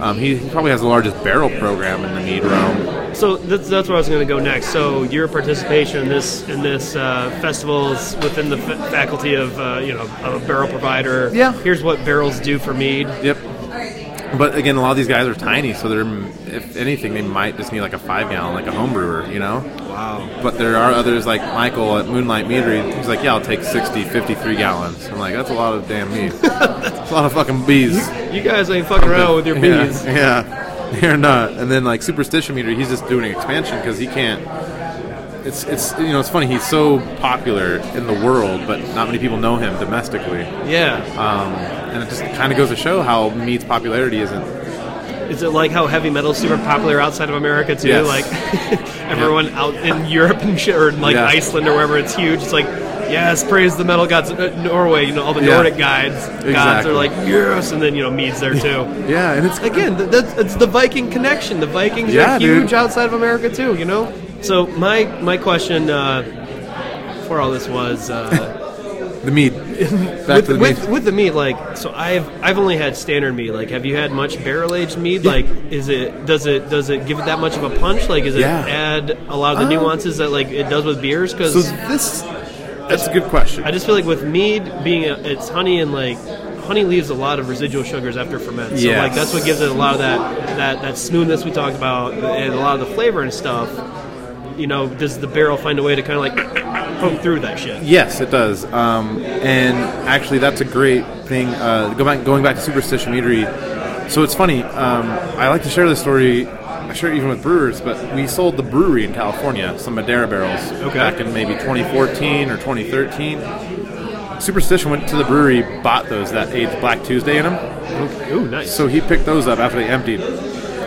S3: Um, he, he probably has the largest barrel program in the mead realm.
S2: So that's, that's where I was going to go next. So your participation in this in this uh, festival is within the f- faculty of uh, you know of a barrel provider.
S3: Yeah.
S2: Here's what barrels do for mead.
S3: Yep. But again, a lot of these guys are tiny, so they're if anything, they might just need like a five gallon, like a home brewer, you know.
S2: Wow.
S3: But there are others like Michael at Moonlight Meadery. He's like, yeah, I'll take 60, 53 gallons. I'm like, that's a lot of damn mead. That's a lot of fucking bees.
S2: You guys ain't fucking around with your
S3: Yeah,
S2: bees.
S3: Yeah, they're not. And then like Superstition Meter, he's just doing an expansion because he can't. It's it's you know it's funny. He's so popular in the world, but not many people know him domestically.
S2: Yeah.
S3: Um, and it just kind of goes to show how mead's popularity isn't.
S2: Is it like how heavy metal's super popular outside of America too?
S3: Yes.
S2: Like everyone out in Europe and shit, or in like
S3: Yeah.
S2: Iceland or wherever it's huge. It's like. Yes, praise the metal gods. Uh, Norway, you know, all the
S3: Yeah.
S2: Nordic guides, gods
S3: Exactly.
S2: are like, yes, and then, you know, mead's there too.
S3: Yeah, and it's
S2: Again, th- that's, it's the Viking connection. The Vikings
S3: Yeah,
S2: are huge
S3: dude.
S2: outside of America too. You know. So my my question uh, for all this was uh,
S3: the mead. Back
S2: with,
S3: to the mead.
S2: with, with the meat. Like, so I've I've only had standard meat. Like, have you had much barrel aged meat? Like, is it does it does it give it that much of a punch? Like, is it
S3: Yeah.
S2: add a lot of the
S3: Um,
S2: nuances that like it does with beers?
S3: So
S2: Because
S3: this that's a good question.
S2: I just feel like with mead being a, it's honey and like honey leaves a lot of residual sugars after it ferments. So
S3: Yes.
S2: like that's what gives it a lot of that that that smoothness we talked about and a lot of the flavor and stuff. You know, does the barrel find a way to kind of like poke through that shit?
S3: Yes, it does. Um, and actually, that's a great thing. Uh, go back, going back to Superstition Eatery. So it's funny. Um, I like to share this story. I share it even with brewers, but we sold the brewery in California, some Madeira barrels,
S2: Okay.
S3: back in maybe 2014 or 2013. Superstition went to the brewery, bought those that aged Black Tuesday in them.
S2: Ooh, nice.
S3: So he picked those up after they emptied,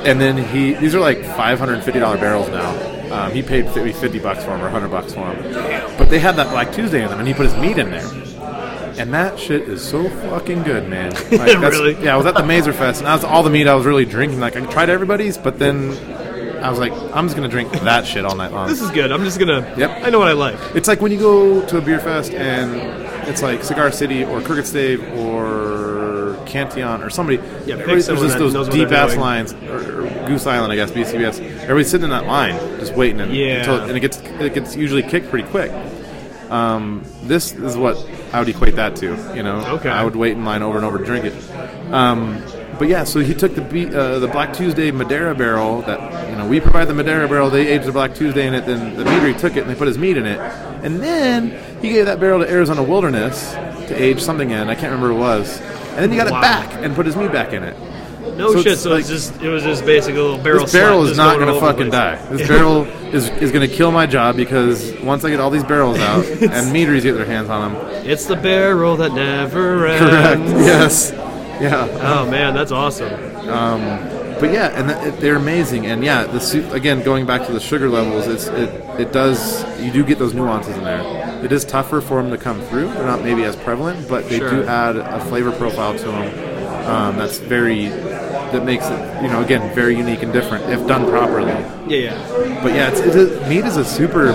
S3: and then he these are like five hundred and fifty dollar barrels now. Um, he paid maybe fifty bucks for them or hundred bucks for them, but they had that Black Tuesday in them, and he put his meat in there. And that shit is so fucking good, man. Like, that's-
S2: Really?
S3: Yeah, I was at the Mazer Fest, and that's all the meat I was really drinking. Like, I tried everybody's, but then I was like, I'm just going to drink that shit all night long.
S2: This is good. I'm just gonna.
S3: Yep.
S2: I know what I like.
S3: It's like when you go to a beer fest and it's like Cigar City or Crooked Stave or Cantillon or somebody.
S2: Yeah, pick
S3: Everybody's-
S2: someone
S3: there's
S2: that
S3: just
S2: knows
S3: those
S2: what they're
S3: deep ass
S2: doing.
S3: lines or, or Goose Island, I guess, BCBS. Everybody's sitting in that line just waiting, and,
S2: Yeah.
S3: until, and it gets it gets usually kicked pretty quick. Um, this is what I would equate that to. You know,
S2: Okay.
S3: I would wait in line over and over to drink it. Um, but yeah, so he took the B, uh, the Black Tuesday Madeira barrel that you know we provide the Madeira barrel. They aged the Black Tuesday in it. Then the meadery took it and they put his meat in it. And then he gave that barrel to Arizona Wilderness to age something in. I can't remember what it was. And then he got
S2: Wow.
S3: it back and put his meat back in it.
S2: No
S3: So
S2: shit.
S3: it's
S2: So it's
S3: like-
S2: just it was just basically a little barrel.
S3: This barrel
S2: slap
S3: is
S2: just
S3: not
S2: going
S3: going
S2: all
S3: to
S2: over
S3: fucking
S2: the place.
S3: die. This barrel is, is going to kill my job because once I get all these barrels out and meaderies get their hands on them,
S2: It's the barrel that never ends.
S3: Correct. Yes. Yeah.
S2: Oh man, that's awesome.
S3: But yeah, and th- they're amazing. And yeah, the su- again going back to the sugar levels, it's it it does you do get those nuances in there. It is tougher for them to come through. They're not maybe as prevalent, but they
S2: Sure.
S3: do add a flavor profile to them um, that's very that makes it you know again very unique and different if done properly.
S2: Yeah, yeah.
S3: But yeah, it's, it's a, meat is a super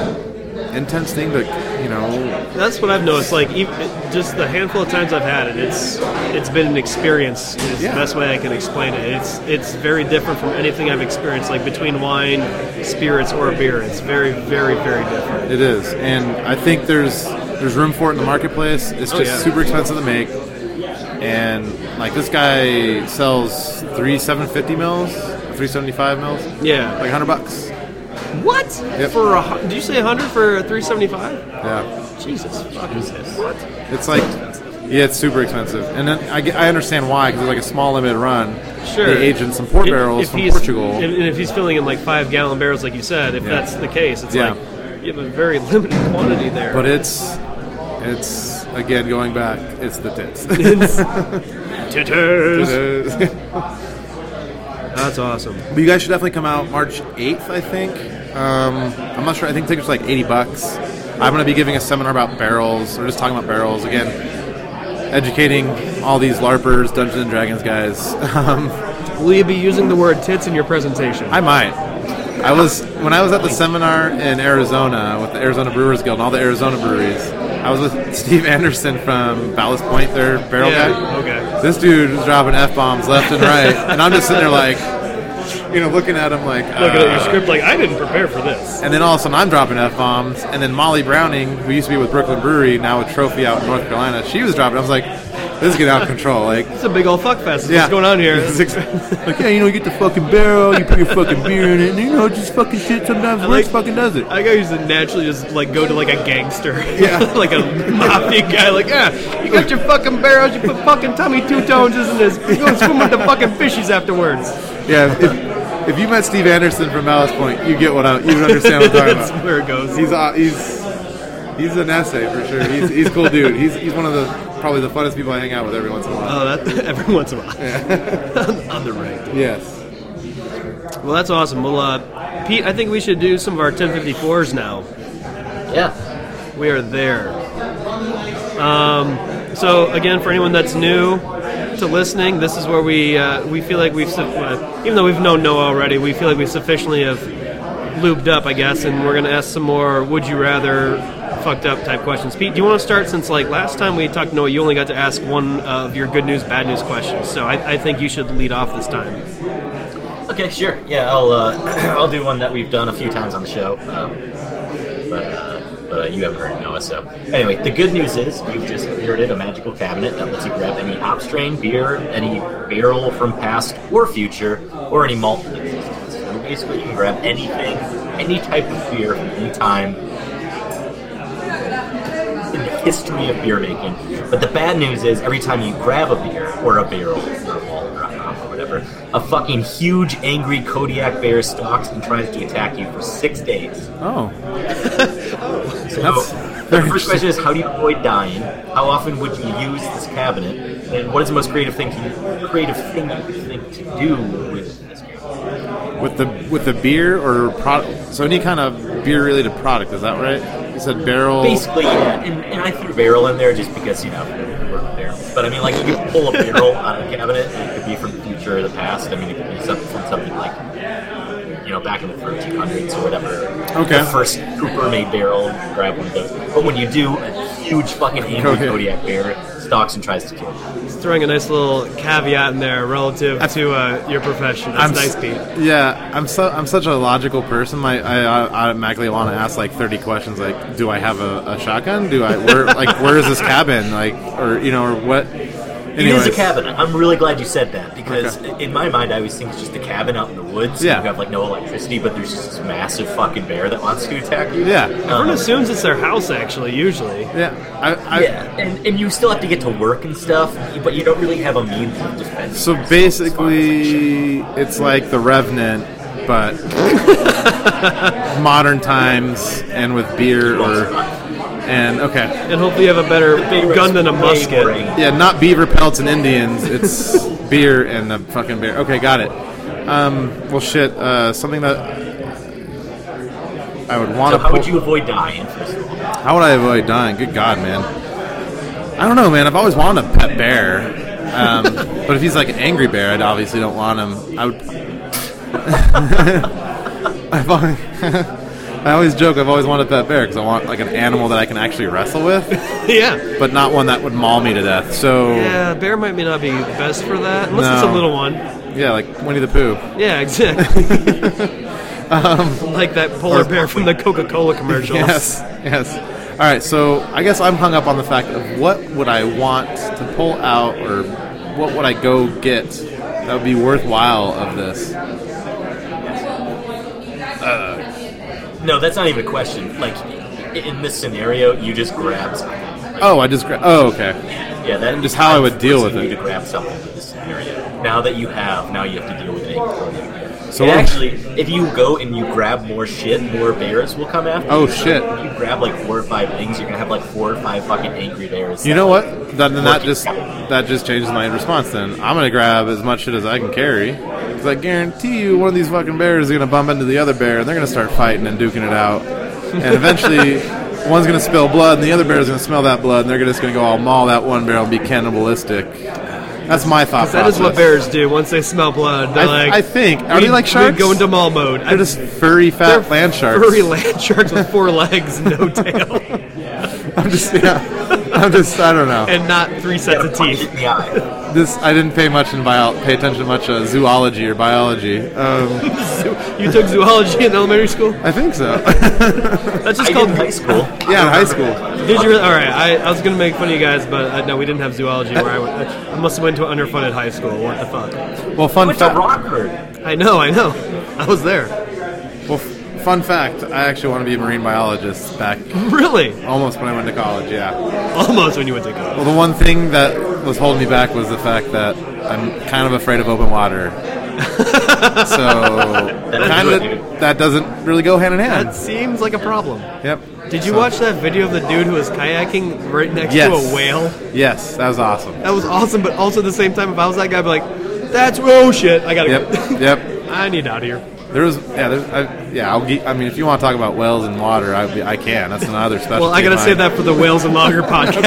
S3: intense thing to you know
S2: That's what I've noticed. Like even, just the handful of times I've had it, it's it's been an experience. Is
S3: Yeah.
S2: the best way I can explain it. It's it's very different from anything I've experienced. Like between wine, spirits, or beer, it's very, very, very different.
S3: It is, and I think there's there's room for it in the marketplace. It's
S2: Oh,
S3: just
S2: yeah.
S3: super expensive to make, and like this guy sells three seven fifty mils, three seventy five mils,
S2: Yeah.
S3: like hundred bucks.
S2: What?
S3: Yep.
S2: For a, hun- did you say 100 for 375?
S3: Yeah,
S2: Jesus, fuck is this? What?
S3: it's like yeah, it's super expensive, and then I, get- I understand why because it's like a small limited run.
S2: Sure.
S3: They age in some port
S2: If-
S3: barrels
S2: if
S3: from
S2: he's-
S3: Portugal.
S2: And, and if he's filling in like five gallon barrels, like you said, if
S3: Yeah.
S2: that's the case, it's
S3: Yeah.
S2: like you have a very limited quantity there.
S3: but it's it's again going back, it's the tits.
S2: Titters. That's awesome.
S3: But you guys should definitely come out March 8th, I think. Um, I'm not sure. I think tickets are like 80 bucks. I'm going to be giving a seminar about barrels. We're just talking about barrels again, educating all these LARPers, Dungeons and Dragons guys. Um,
S2: Will you be using the word tits in your presentation?
S3: I might. I was when I was at the seminar in Arizona with the Arizona Brewers Guild and all the Arizona breweries. I was with Steve Anderson from Ballast Point, their barrel
S2: Yeah,
S3: guy.
S2: okay.
S3: This dude was dropping f bombs left and right, and I'm just sitting there like, you know, looking at him like,
S2: Looking at
S3: uh,
S2: your script, like I didn't prepare for this.
S3: And then all of a sudden, I'm dropping f bombs. And then Molly Browning, who used to be with Brooklyn Brewery, now with Trophy out in North Carolina, she was dropping. I was like, "This is getting out of control." Like,
S2: It's a big old fuck fest.
S3: yeah,
S2: What's going on here?
S3: It's ex- like, yeah, you know, you get the fucking barrel, you put your fucking beer in it, and you know, just fucking shit sometimes
S2: I
S3: works,
S2: like-
S3: fucking does it.
S2: I gotta used to naturally just like go to like a gangster,
S3: Yeah.
S2: like a mafia guy. Like, yeah, you got your fucking barrels, you put fucking tummy two tones in this. You go swim with the fucking fishies afterwards.
S3: Yeah, if, if you met Steve Anderson from Malice Point, you get what I, you would understand what I'm talking
S2: That's
S3: about.
S2: where it goes.
S3: He's uh, he's he's an essay for sure. He's he's a cool dude. He's he's one of the probably the funnest people I hang out with every once in a while.
S2: Oh, that every once in a while. on the right.
S3: Yes.
S2: Well, that's awesome. Well, uh, Pete, I think we should do some of our 1054s now.
S1: Yeah.
S2: We are there. Um, so again, for anyone that's new to listening, this is where we uh, we feel like we've su- uh, even though we've known Noah already, we feel like we sufficiently have lubed up, I guess, and we're gonna ask some more would you rather fucked up type questions. Pete, do you want to start since like last time we talked to Noah, you only got to ask one of your good news bad news questions. So I, I think you should lead off this time.
S1: Okay, sure. Yeah, I'll uh, I'll do one that we've done a few times on the show. Um, but uh, but uh, you haven't heard Noah, so anyway, the good news is you've just inherited a magical cabinet that lets you grab any hop strain, beer, any barrel from past or future, or any malt that exists. So basically, you can grab anything, any type of beer from any time in the history of beer making. But the bad news is every time you grab a beer or a barrel or a wall or a hop or whatever, a fucking huge angry Kodiak bear stalks and tries to attack you for six days.
S3: Oh.
S1: So
S3: That's
S1: the
S3: very
S1: first question is how do you avoid dying? How often would you use this cabinet? And what is the most creative thing to creative thing you could think to do with this cabinet?
S3: With the with the beer or product, so any kind of beer related product, is that right? You said barrel.
S1: Basically, yeah, and, and I threw barrel in there just because, you know, but I mean, like, you could pull a barrel out of a cabinet, and it could be from the future or the past. I mean, it could be something from something like, you know, back in the 1300s or whatever.
S3: Okay.
S1: The first Cooper made barrel, you grab one of those. But when you do, a huge fucking angry
S3: Okay.
S1: Kodiak bear stalks and tries to kill you.
S2: Just throwing a nice little caveat in there relative to uh, your profession. That's nice,
S3: s-
S2: Pete.
S3: Yeah, I'm so I'm such a logical person. My, I, I automatically want to ask like 30 questions. Like, do I have a, a shotgun? Do I where like where is this cabin? Like, or you know, or what?
S1: It is a
S3: Anyways.
S1: cabin. I'm really glad you said that because in my mind, I always think it's just a cabin out in the woods.
S3: Yeah.
S1: You have like no electricity, but there's just this massive fucking bear that wants to attack you.
S3: Yeah.
S2: Everyone
S1: Um,
S2: assumes it's their house, actually, usually.
S3: Yeah, I, I,
S1: yeah, and, and you still have to get to work and stuff, but you don't really have a means of defense.
S3: So basically, it's like the Revenant, but modern times and with beer or and okay,
S2: And hopefully you have a better gun than a musket.
S3: yeah, not beaver pelts and Indians. It's beer and a fucking bear. Okay, got it. Um, well, shit. Uh, something that I would want
S1: So
S3: to.
S1: how would you avoid dying? First of all,
S3: How would I avoid dying? Good God, man. I don't know, man. I've always wanted a pet bear. Um, but if he's like an angry bear, I'd obviously don't want him. I would. I've always, I always joke I've always wanted a pet bear because I want like an animal that I can actually wrestle with,
S2: yeah.
S3: but not one that would maul me to death. So
S2: Yeah, bear might may not be the best for that, unless it's a
S3: No.
S2: little one.
S3: yeah, like Winnie the Pooh.
S2: Yeah, exactly. like that polar bear from the Coca Cola commercials.
S3: Um, Yes, yes. All right, so I guess I'm hung up on the fact of what would I want to pull out, or what would I go get that would be worthwhile of this?
S1: no, that's not even a question. Like i- in this scenario, you just grab something.
S3: Oh, I just gra- oh okay,
S1: Yeah, that
S3: Just how I would deal with
S1: forcing
S3: it.
S1: You to grab something in this scenario. Now that you have, now you have to deal with it.
S3: So
S1: So
S3: what-
S1: actually, if you go and you grab more shit, more bears will come after.
S3: Oh,
S1: you.
S3: shit.
S1: If you grab like four or five things, you're gonna have like four or five fucking angry bears.
S3: you
S1: that,
S3: know what?
S1: like,
S3: That then that
S1: working
S3: just
S1: together.
S3: that just changes my response. Then I'm gonna grab as much shit as I can carry because I guarantee you one of these fucking bears is gonna bump into the other bear and they're gonna start fighting and duking it out, and eventually. One's gonna spill blood, and the other bear's gonna smell that blood, and they're just gonna go all maul that one bear and be cannibalistic. That's my thought.
S2: That is what
S3: process.
S2: bears do once they smell blood. They're
S3: I,
S2: like,
S3: I think. Are
S2: we,
S3: they like sharks?
S2: We go into maul mode.
S3: they're just furry, fat land sharks.
S2: Furry land sharks with four legs and no tail,
S3: I'm just, yeah. I'm just, I don't know.
S2: and not three
S1: You
S2: sets
S1: gotta
S2: of
S1: punch it
S2: teeth.
S1: in the eye.
S3: This I didn't pay much in bio, pay attention much uh, zoology or biology. Um,
S2: You took zoology in elementary school?
S3: I think so.
S2: That's
S1: I
S2: just
S1: did
S2: called.
S1: in high school.
S3: yeah, in high school.
S2: Did you? Really, all right, I, I was gonna make fun of you guys, but uh, no, we didn't have zoology where I went. I, I must have went to an underfunded high school. What the fuck?
S3: Well,
S1: I
S3: fun
S1: went to
S3: fact.
S1: Rockford.
S2: I know, I know. I was there.
S3: Well, f- fun fact. I actually want to be a marine biologist back
S2: Really?
S3: almost when I went to college. Yeah.
S2: Almost when you went to college.
S3: Well, the one thing that was holding me back was the fact that I'm kind of afraid of open water. so
S1: That'll
S3: kind
S1: do it, dude.
S3: of that doesn't really go hand in hand.
S2: That seems like a problem.
S3: yep.
S2: Did you
S3: So-
S2: watch that video of the dude who was kayaking right next
S3: Yes.
S2: to a whale?
S3: Yes, that was awesome.
S2: That was awesome, but also at the same time, if I was that guy, I'd be like, that's oh shit, I gotta
S3: Yep.
S2: go.
S3: Yep.
S2: I need out of here.
S3: There was yeah, there's, I, yeah. I'll ge- I mean, if you want to talk about whales and water, I, I can. That's another special.
S2: Well, I gotta save that for the Whales and Lager podcast.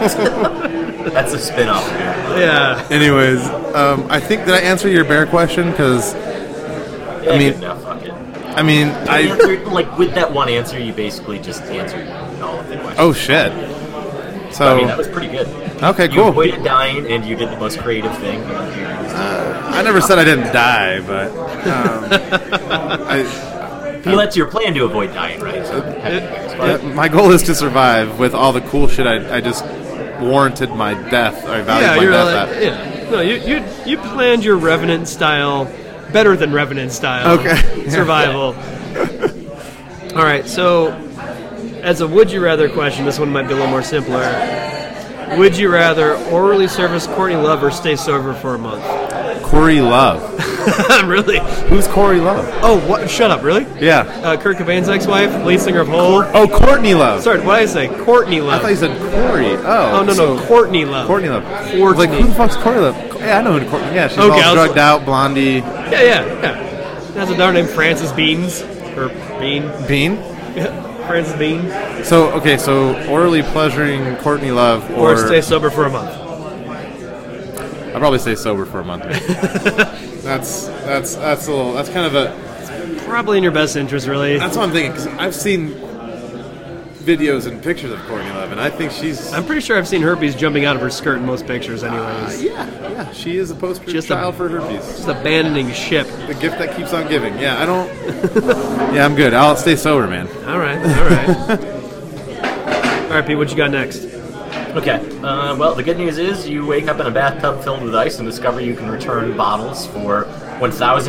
S1: That's a spin-off. apparently.
S2: yeah.
S3: Anyways, um, I think did I answer your bear question? Because
S1: Yeah,
S3: mean-
S1: good enough, fuck it.
S3: I mean,
S1: You
S3: I
S1: answered, like with that one answer, you basically just answered all of the questions.
S3: oh shit.
S1: I mean, that
S3: Oh, So
S1: was pretty good.
S3: okay,
S1: You
S3: cool.
S1: avoided dying, and you did the most creative thing.
S3: Uh, I never said I didn't die, but um, I,
S1: Well, that's your plan to avoid dying, right?
S3: uh,
S1: So,
S3: yeah, my goal is to survive with all the cool shit. I, I just warranted my death. I valued
S2: Yeah,
S3: my
S2: you're
S3: death.
S2: like, yeah. No, you, you, you planned your Revenant style better than Revenant style.
S3: Okay.
S2: Survival. All right, so as a would you rather question, this one might be a little more simpler. Would you rather orally service Courtney Love or stay sober for a month?
S3: at. Corey Love.
S2: really?
S3: Who's Corey Love?
S2: Oh, what? Shut up, really?
S3: Yeah.
S2: Uh, Kurt Cobain's ex-wife, lead singer of Hole.
S3: Oh, Courtney Love.
S2: Sorry, what did I say? Courtney
S3: I
S2: Love.
S3: thought you said Corey. Oh,
S2: oh no
S3: so
S2: no, Courtney Love.
S3: Courtney Love.
S2: Courtney.
S3: Like, who the fuck's Courtney Love? Yeah, I know who Courtney Yeah, she's
S2: Okay, I
S3: all
S2: was-
S3: drugged out, blondie.
S2: Yeah yeah yeah. That's a daughter named Frances Beans or Bean.
S3: Bean?
S2: Francis Bean,
S3: So okay, so orally pleasuring Courtney Love,
S2: or,
S3: or,
S2: stay sober for a month.
S3: I'd probably stay sober for a month. that's that's that's a little. That's kind of a.
S2: Probably in your best interest, really.
S3: That's what I'm thinking. Cause I've seen videos and pictures of Courtney Love, and I think she's.
S2: I'm pretty sure I've seen herpes jumping out of her skirt in most pictures, anyways.
S3: yeah, yeah, she is a poster
S2: Just a-
S3: child for herpes.
S2: Just abandoning ship.
S3: The gift that keeps on giving. Yeah, I don't. yeah, I'm good. I'll stay sober, man.
S2: All right, all right. all right, Pete, what you got next?
S1: Okay. Uh, well, the good news is you wake up in a bathtub filled with ice and discover you can return bottles for $1,000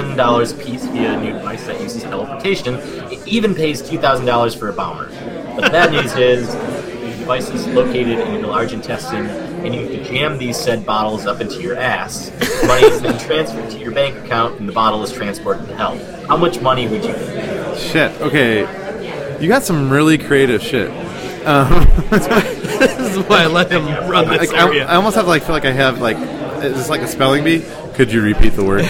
S1: a piece via a new device that uses teleportation. It even pays $2,000 for a bomber. But the bad news is the device is located in your large intestine and you have to jam these said bottles up into your ass. Money is then transferred to your bank account and the bottle is transported to hell. How much money would you
S3: Shit. Okay, you got some really creative shit. Um,
S2: This is why I let them run this
S3: Like, I,
S2: area.
S3: I almost have like feel like I have like it's like a spelling bee. Could you repeat the word?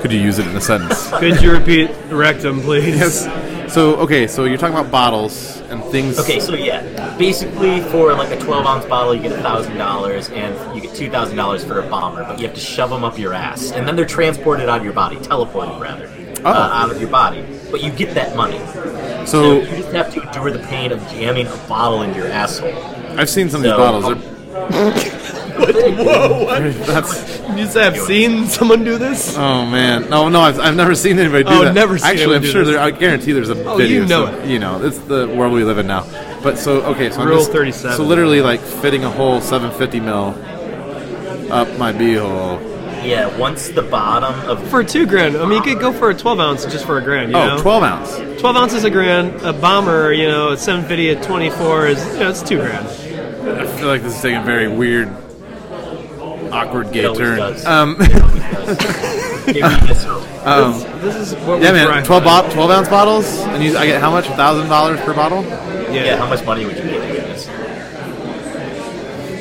S3: Could you use it in a sentence?
S2: Could you repeat rectum, please?
S3: So okay, so you're talking about bottles and things.
S1: Okay, so yeah, basically for like a 12 ounce bottle, you get thousand dollars, and you get two thousand dollars for a bomber, but you have to shove them up your ass, and then they're transported out of your body, teleported rather, uh,
S3: Oh.
S1: out of your body. But you get that money, so
S3: So
S1: you just have to endure the pain of jamming a bottle into your asshole.
S3: I've seen some of these
S1: So-
S3: bottles.
S1: Whoa!
S3: They're, that's
S2: You said I've seen someone do this?
S3: oh man, no, no, I've, I've never seen anybody do
S2: Oh,
S3: that.
S2: never seen
S3: Actually,
S2: anyone
S3: I'm
S2: do
S3: sure
S2: this.
S3: there. I guarantee there's a
S2: Oh,
S3: video.
S2: you know
S3: so,
S2: it.
S3: You know, it's the world we live in now. But so okay, so I'm
S2: Rule
S3: just-
S2: 37.
S3: So literally, like fitting a whole 750 mil up my beehole.
S1: Yeah, once the bottom of
S2: For two grand. I mean, you could go for a 12 ounce just for a grand, you
S3: Oh,
S2: know?
S3: 12 ounce.
S2: 12 ounces a grand. A bomber, you know, a 750 at 24 is, you know, it's two grand.
S3: I feel like this is taking a very weird, awkward gay
S1: always
S3: turn.
S1: does.
S3: Um,
S1: it reaches-
S2: This is what
S3: Oh. yeah,
S2: we
S3: man,
S2: thrive
S3: 12,
S2: on.
S3: bo- 12 ounce bottles, and you, I get how much? thousand dollars per bottle?
S1: yeah, how much money would you get to get this?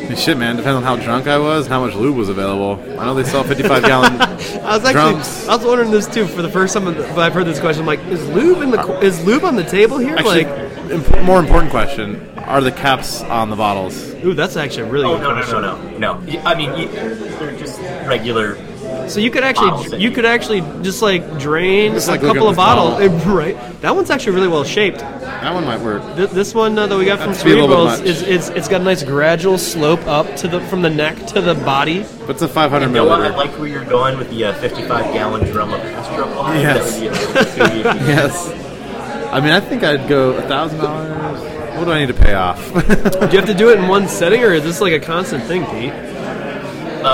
S3: Hey, Shit, man, depends on how drunk I was, how much lube was available. I know they sell 55 gallon.
S2: I was actually,
S3: Drums.
S2: I was wondering this too for the first time that I've heard this question. I'm like, is lube in the co- is lube on the table here?
S3: Actually,
S2: like,
S3: imp- more important question: Are the caps on the bottles?
S2: ooh, that's actually a really
S1: Oh
S2: good
S1: no no
S2: question.
S1: no no no! You- I mean, you, they're just regular.
S2: So you could
S1: Bottles that
S2: actually, you
S1: you-
S2: could actually just like drain
S3: Just,
S2: a
S3: like, look
S2: couple
S3: at
S2: of
S3: this
S2: bottles, eh, right? That one's actually really well shaped.
S3: That one might work.
S2: Th- this one uh, that we got from
S3: That's a little
S2: Sweet
S3: bit
S2: Rolls
S3: much.
S2: is, is it's got a nice gradual slope up to the from the neck to the body.
S3: But it's a 500
S1: You know what? I
S3: milliliter.
S1: like where you're going with the uh, 55 gallon drum of Astro Pie.
S3: Yes.
S1: That would be a really
S3: Yes. I mean, I think I'd go a thousand dollars. What do I need to pay off?
S2: Do you have to do it in one setting, or is this like a constant thing, Pete?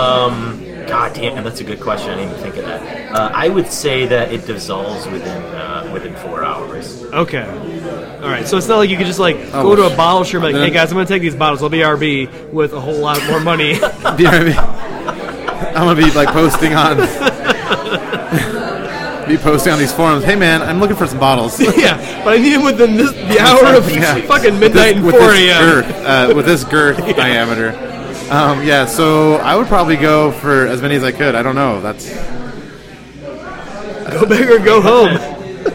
S1: God damn, that's a good question. I didn't even think of that. Uh, I would say that it dissolves within uh, within four hours.
S2: Okay. All right. So it's not like you could just like
S3: Oh,
S2: go to
S3: well,
S2: a bottle shop and be like,
S3: then-
S2: hey guys, I'm gonna take these bottles. I'll be RB with a whole lot more money.
S3: Do you know what I mean? I'm gonna be like posting on, be posting on these forums. Hey man, I'm looking for some bottles.
S2: yeah, but I need them within this, the hour of
S3: Yeah.
S2: fucking
S3: With this-
S2: midnight and
S3: with
S2: 4
S3: this
S2: a.m.
S3: girth, uh, with this girth diameter. Um, yeah, so I would probably go for as many as I could. I don't know. That's.
S2: Go big or go home.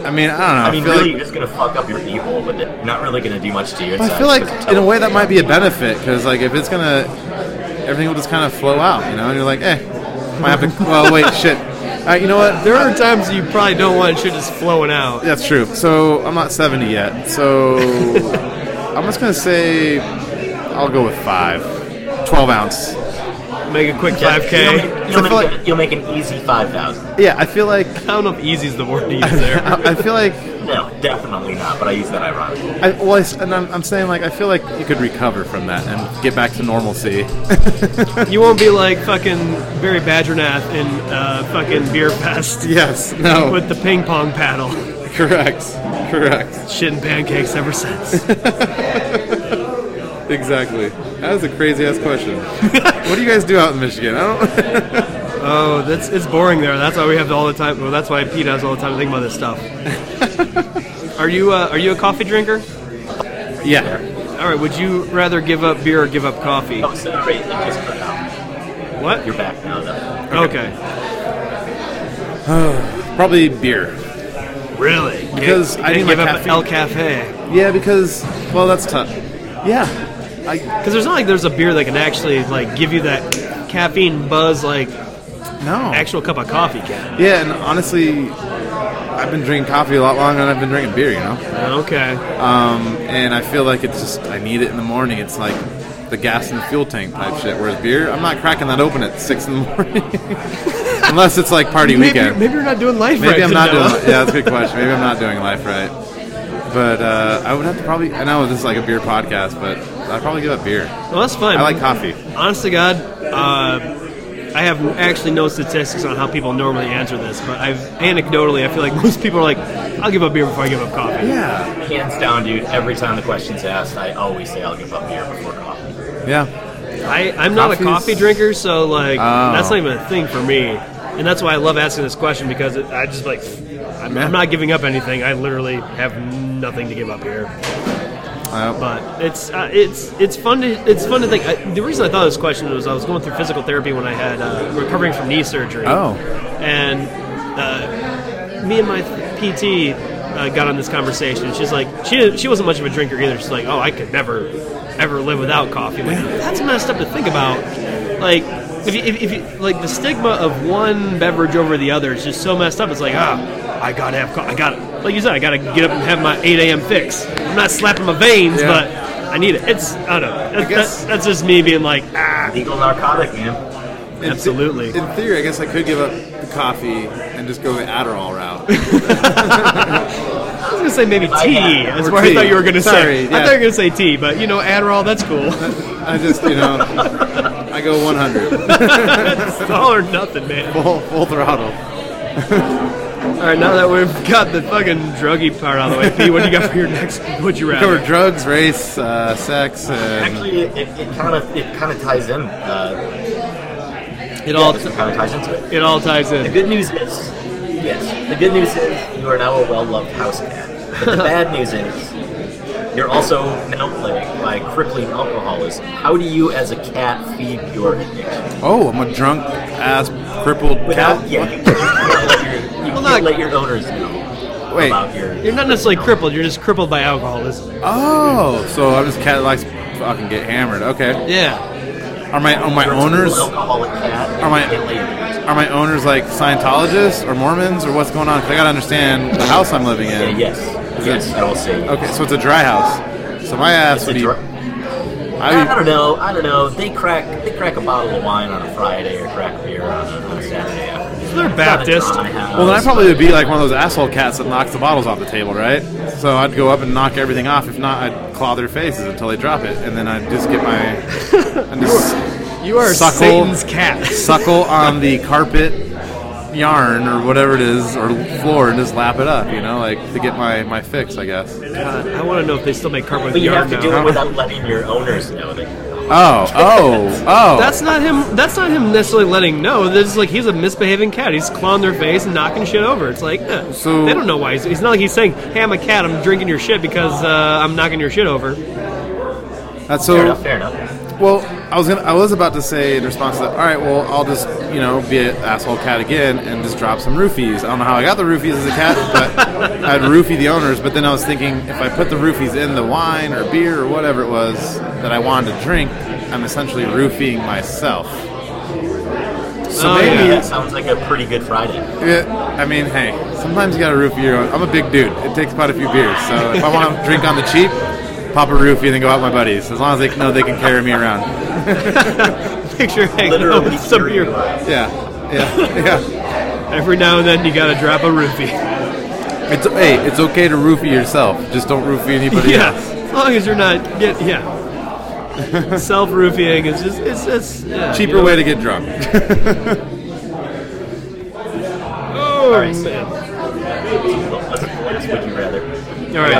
S3: I mean, I don't know. I,
S1: I mean,
S3: feel
S1: really,
S3: like.
S1: you're just gonna fuck up your e-hole with it. Not really gonna do much to uh, your.
S3: I feel like in a way that might be a benefit because like if it's gonna, everything will just kind of flow out, you know. And you're like, eh, might have to. Well, wait, shit. All right, you know what?
S2: There are times you probably don't want shit just flowing out.
S3: That's true. So I'm not 70 yet. So I'm just gonna say I'll go with five. 12 ounce.
S2: Make a quick
S1: You'll
S2: 5K.
S1: make, you'll
S3: I feel
S1: make- you'll make an easy five thousand.
S3: Yeah, I feel like
S2: I don't know if easy's the word to use there.
S3: I I feel like
S1: No, definitely not. But I use that ironically.
S3: I, well, I s and I'm, I'm saying like I feel like you could recover from that and get back to normalcy.
S2: You won't be like fucking Barry Badgernath in uh, fucking Beer Fest
S3: yes. No.
S2: with the ping pong paddle.
S3: correct. Correct.
S2: Shitting pancakes ever since.
S3: Exactly. That was a crazy ass question. what do you guys do out in Michigan? I don't.
S2: Oh, that's it's boring there. That's why we have all the time. Well, that's why Pete has all the time to think about this stuff. are you uh, are you a coffee drinker?
S3: yeah.
S2: All right. Would you rather give up beer or give up coffee?
S1: Oh, sorry, it just cut out.
S2: What?
S1: You're back now, though.
S2: Okay.
S3: Probably beer.
S2: Really?
S3: Because I need
S2: didn't
S3: my
S2: give up
S3: caffeine.
S2: El Cafe.
S3: Yeah, because well, that's tough. Yeah, I
S2: Because there's not like there's a beer that can actually like give you that caffeine buzz like
S3: no.
S2: actual cup of coffee can.
S3: yeah, and honestly, I've been drinking coffee a lot longer than I've been drinking beer. You know,
S2: Okay.
S3: um, and I feel like it's just I need it in the morning. It's like the gas in the fuel tank type shit. Whereas beer, I'm not cracking that open at six in the morning, unless it's like party
S2: Maybe,
S3: weekend.
S2: you're, maybe you're not doing life right.
S3: Maybe I'm
S2: to
S3: not
S2: know.
S3: doing. Yeah, that's a good question. Maybe I'm not doing life right. But uh, I would have to probably. I know this is like a beer podcast, but I'd probably give up beer.
S2: Well, that's fine.
S3: I like coffee.
S2: Honest to God, uh, I have actually no statistics on how people normally answer this, but I've anecdotally, I feel like most people are like, "I'll give up beer before I give up coffee."
S3: Yeah.
S1: Hands down, dude. Every time the question's asked, I always say I'll give up beer before coffee.
S3: Yeah.
S2: I, I'm not a
S3: Coffee's-
S2: coffee drinker, so like
S3: Oh.
S2: that's not even a thing for me, and that's why I love asking this question because it, I just like I'm,
S3: Yeah.
S2: I'm not giving up anything. I literally have nothing to give up here,
S3: Uh,
S2: but it's uh, it's it's fun to it's fun to think. I, the reason I thought of this question was I was going through physical therapy when I had uh, recovering from knee surgery.
S3: Oh.
S2: and uh, me and my PT. Uh, got on this conversation. She's like, she she wasn't much of a drinker either. She's like, oh, I could never, ever live without coffee. I'm like, that's messed up to think about. Like, if you, if, if you like the stigma of one beverage over the other is just so messed up. It's like, ah, I gotta have, co- I gotta, like you said, I gotta get up and have my 8 a.m. fix. I'm not slapping my veins,
S3: Yeah.
S2: but I need it. It's I don't know. That,
S3: guess-
S2: that, that's just me being like, ah,
S1: Legal narcotic, man.
S3: in the-
S2: absolutely.
S3: in theory, I guess I could give up the coffee and just go the Adderall route.
S2: I was gonna say maybe tea. That's
S3: Or
S2: what I
S3: tea.
S2: thought you were gonna
S3: Sorry,
S2: say. I
S3: yeah.
S2: thought you were gonna say tea, but you know, Adderall, that's cool.
S3: I just, you know, I go 100
S2: it's all or nothing, man.
S3: full, full throttle.
S2: All right, now that we've got the fucking druggy part out of the way, P, what do you got for your next? Would you
S3: Cover
S2: rather?
S3: drugs, race, uh, sex, and
S1: Actually, it it kind of it kind of ties in. Uh,
S2: It all
S1: it kind of ties into it.
S2: it all ties
S1: The
S2: in.
S1: good news is, yes, the good news is you are now a well-loved house cat. But the bad news is, you're also now plagued by crippling alcoholism. How do you, as a cat, feed your addiction?
S3: oh, I'm a drunk ass crippled
S1: Without,
S3: cat.
S1: yeah, you, you can't let your, you
S2: Well,
S1: can't
S2: look.
S1: let your owners know
S3: Wait.
S1: about your.
S2: You're not necessarily crippled. You're just crippled by alcoholism.
S3: Oh, so I'm just cat that likes to fucking get hammered. Okay.
S2: Yeah.
S3: Are my are my
S1: you're a
S3: owners
S1: typical alcoholic cat.
S3: Are my-
S1: You can't let your owners-
S3: are my owners like Scientologists or Mormons or what's going on? 'Cause I gotta understand the house I'm living in.
S1: Yes, yes, I will say.
S3: Okay, so it's a dry house. So my ass
S1: It's
S3: would
S1: a
S3: be.
S1: dr- I
S3: I
S1: don't know. I don't know. They crack they crack a bottle of wine on a Friday or crack a beer on a, on a Saturday afternoon.
S2: They're
S1: It's not a
S2: Baptist.
S1: dry house.
S3: well, then I probably would be like one of those asshole cats that knocks the bottles off the table, right? So I'd go up and knock everything off. If not, I'd claw their faces until they drop it, and then I'd just get my and just
S2: You are
S3: Suckle.
S2: Satan's cat.
S3: suckle on the carpet yarn or whatever it is or floor and just lap it up, you know, like to get my my fix, I guess.
S2: God, I want to know if they still make carpet
S1: But you
S2: yarn
S1: have to
S2: now.
S1: do it without letting your owners know that.
S3: Oh, oh, oh.
S2: That's not him. That's not him necessarily letting know. This is like he's a misbehaving cat. He's clawing their face and knocking shit over. It's like eh.
S3: So-
S2: they don't know why. He's, he's not like he's saying, "Hey, I'm a cat. I'm drinking your shit because uh, I'm knocking your shit over."
S3: that's
S1: Fair
S3: so.
S1: enough. Fair enough.
S3: Well, I was gonna, I was about to say in response to that. All right, well, I'll just you know be an asshole cat again and just drop some roofies. I don't know how I got the roofies as a cat, but I'd roofie the owners. But then I was thinking if I put the roofies in the wine or beer or whatever it was that I wanted to drink, I'm essentially roofing myself. So
S2: Oh,
S1: Yeah,
S3: maybe
S1: that sounds like a pretty good Friday.
S3: Yeah, I mean, hey, sometimes you got to roofie your own. I'm a big dude. It takes quite a few beers. So if I want to drink on the cheap, pop a roofie and then go out with my buddies. As long as they know they can carry me around.
S2: Picture hanging out
S1: Literally,
S2: with some
S1: here you
S2: beer.
S1: are.
S3: Yeah, yeah, yeah.
S2: Every now and then, you gotta drop a roofie.
S3: It's hey, it's okay to roofie yourself. Just don't roofie anybody
S2: yeah,
S3: else.
S2: as long as you're not get yeah. Self roofing is just it's it's yeah,
S3: Cheaper
S2: you know.
S3: way to get drunk.
S2: Oh, man.
S1: What's, what's would you rather? All
S2: right.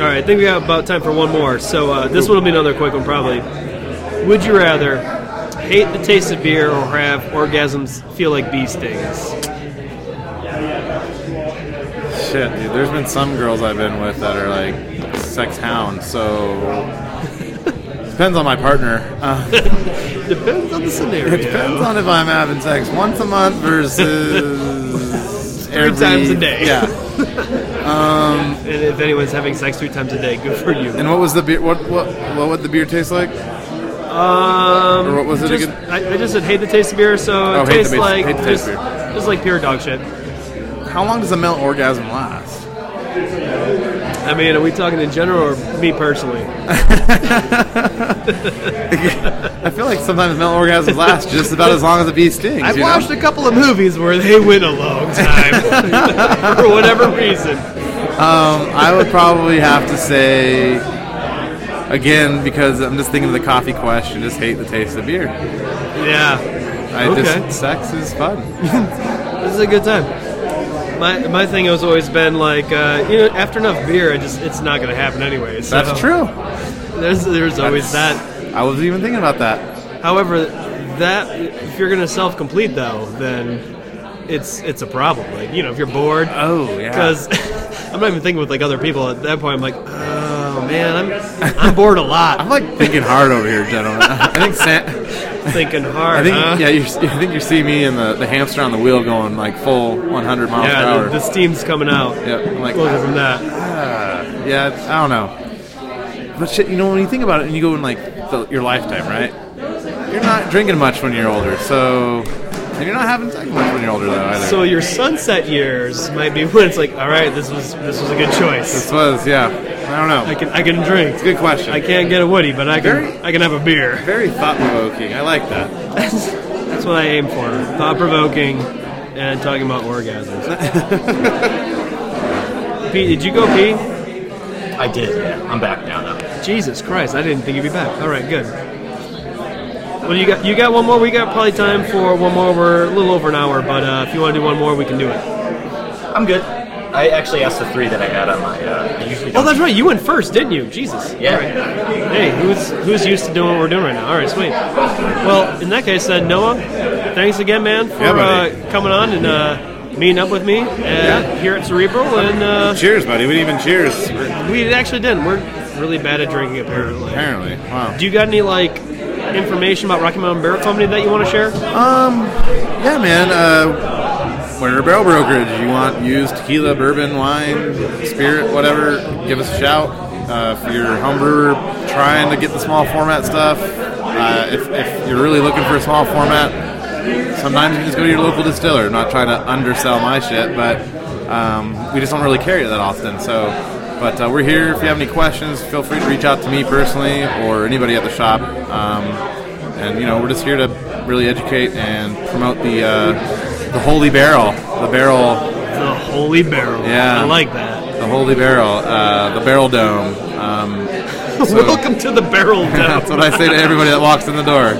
S2: All right, I think we got about time for one more. So uh, this one will be another quick one, probably. Would you rather hate the taste of beer or have orgasms feel like bee stings?
S3: Shit, dude. There's been some girls I've been with that are like sex hounds. So depends on my partner. Uh,
S2: Depends on the scenario.
S3: Depends on if I'm having sex once a month versus every
S2: times a day.
S3: Yeah.
S2: And if anyone's having sex three times a day, good for you.
S3: And what was the beer? What what what would the beer taste like?
S2: Um,
S3: Or what was it
S2: just-
S3: again?
S2: I, I just said hate the taste of beer, so
S3: Oh, hate
S2: it
S3: the
S2: tastes
S3: base-
S2: like
S3: hate the taste
S2: just,
S3: of
S2: just like pure dog shit.
S3: How long does a male orgasm last?
S2: I mean, are we talking in general or me personally?
S3: I feel like sometimes male orgasms last just about as long as a bee stings.
S2: I've
S3: you know?
S2: watched a couple of movies where they went a long time for whatever reason.
S3: Um, I would probably have to say, again, because I'm just thinking of the coffee question. Just hate the taste of beer.
S2: Yeah,
S3: I
S2: Okay.
S3: just sex is fun.
S2: this is a good time. My my thing has always been like, uh, you know, after enough beer, I just it's not gonna happen anyway. So
S3: That's true.
S2: There's there's always that.
S3: I was even thinking about that.
S2: However, that if you're gonna self complete though, then it's it's a problem. Like you know, if you're bored,
S3: Oh yeah.
S2: because I'm not even thinking with like other people at that point. I'm like, oh man, I'm I'm bored a
S3: I'm
S2: lot,
S3: like thinking hard over here, gentlemen. I think San-
S2: thinking hard.
S3: I think
S2: huh?
S3: yeah, you I think you see me and the, the hamster on the wheel going like full 100 miles
S2: Yeah,
S3: per hour.
S2: the, the steam's coming out.
S3: Yep, I'm like,
S2: Closer from that.
S3: Uh, yeah, it's- I don't know. But shit, you know, when you think about it, and you go in like the, your lifetime, right? You're not drinking much when you're older, so and you're not having sex much when you're older though either.
S2: So your sunset years might be when it's like, all right, this was this was a good choice.
S3: this was, yeah, I don't
S2: I
S3: know.
S2: can I can drink.
S3: Good question.
S2: I can't get a woody, but I can
S3: Very-
S2: I can have a beer.
S3: Very thought provoking. I like that.
S2: That's, that's what I aim for. Thought provoking and talking about orgasms. Pete, did you go pee?
S1: I did, yeah. I'm back now, though.
S2: Jesus Christ, I didn't think you'd be back. All right, good. Well, you got you got one more. We got probably time for one more. We're a little over an hour, but uh, if you want to do one more, we can do it.
S1: I'm good. I actually asked the three that I had on my. Uh, I usually
S2: Oh,
S1: don't-
S2: that's right. You went first, didn't you? Jesus.
S1: Yeah.
S2: All right. Hey, who's who's used to doing what we're doing right now? All right, sweet. Well, in that case, uh, Noah, thanks again, man, for
S3: Yeah, buddy.
S2: uh, coming on and uh, meeting up with me at, here at Cerebral. And uh,
S3: Cheers, buddy. We didn't even cheers.
S2: we actually didn't. We're really bad at drinking, apparently.
S3: Apparently, wow.
S2: Do you got any like information about Rocky Mountain Beer Company that you want to share?
S3: Um, yeah, man. Uh, we're a barrel brokerage. You want used tequila, bourbon, wine, spirit, whatever? Give us a shout. Uh, if you're a home brewer trying to get the small format stuff, uh, if, if you're really looking for a small format, sometimes you just go to your local distiller. I'm not trying to undersell my shit, but um, we just don't really carry it that often. So, but uh, we're here. If you have any questions, feel free to reach out to me personally or anybody at the shop. Um, and you know we're just here to really educate and promote the uh, the holy barrel, the barrel,
S2: The Holy Barrel.
S3: Yeah.
S2: I like that.
S3: the holy barrel, uh, the barrel dome. Um,
S2: Welcome to the Barrel
S3: that's
S2: Dome.
S3: what I say to everybody that walks in the door.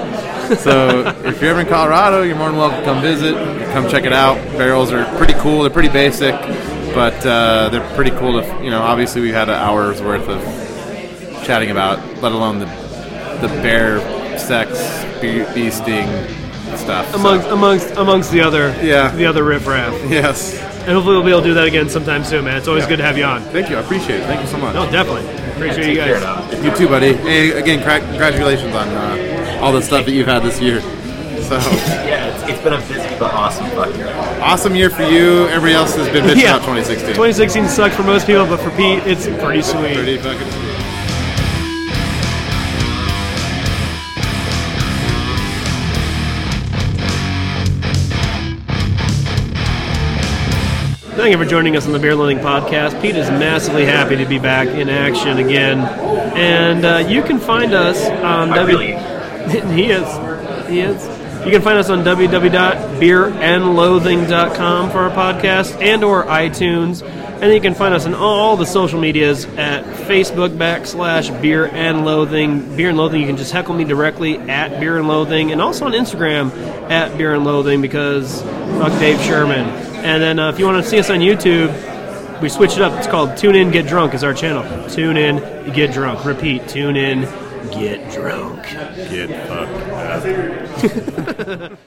S3: So if you're ever in Colorado, you're more than welcome to come visit, come check it out. Barrels are pretty cool. They're pretty basic, but uh, they're pretty cool. To you know, obviously we had an hour's worth of chatting about, let alone the the bear sex bee, bee sting stuff. So-
S2: amongst amongst amongst the other
S3: Yeah.
S2: the other riffraff.
S3: Yes.
S2: And hopefully we'll be able to do that again sometime soon, man. It's always good to have you on.
S3: Thank you. I appreciate it. Thank you so much.
S2: No, definitely. Appreciate you
S1: Take care
S2: guys.
S1: now.
S3: You too, buddy. Hey, again, cra- congratulations on uh, all the stuff that you've had this year. So
S1: Yeah, it's, it's been a busy but awesome fuck year.
S3: awesome year for you. Everybody else has been bitching about 2016.
S2: 2016 sucks for most people, but for Pete, it's pretty sweet.
S3: Pretty fucking sweet.
S2: Thank you for joining us on the Beer Lending Podcast. Pete is massively happy to be back in action again. And uh, you can find us on
S1: I
S2: W.
S1: really
S2: he is. He is. You can find us on www.beerandloathing.com for our podcast and or iTunes. And you can find us on all the social medias at Facebook backslash Beer and Loathing. Beer and Loathing, you can just heckle me directly at Beer and Loathing and also on Instagram at Beer and Loathing because fuck Dave Sherman. And then uh, if you want to see us on YouTube, we switch it up. It's called Tune In, Get Drunk is our channel. Tune in, get drunk. Repeat, tune in, get drunk.
S3: Get fucked.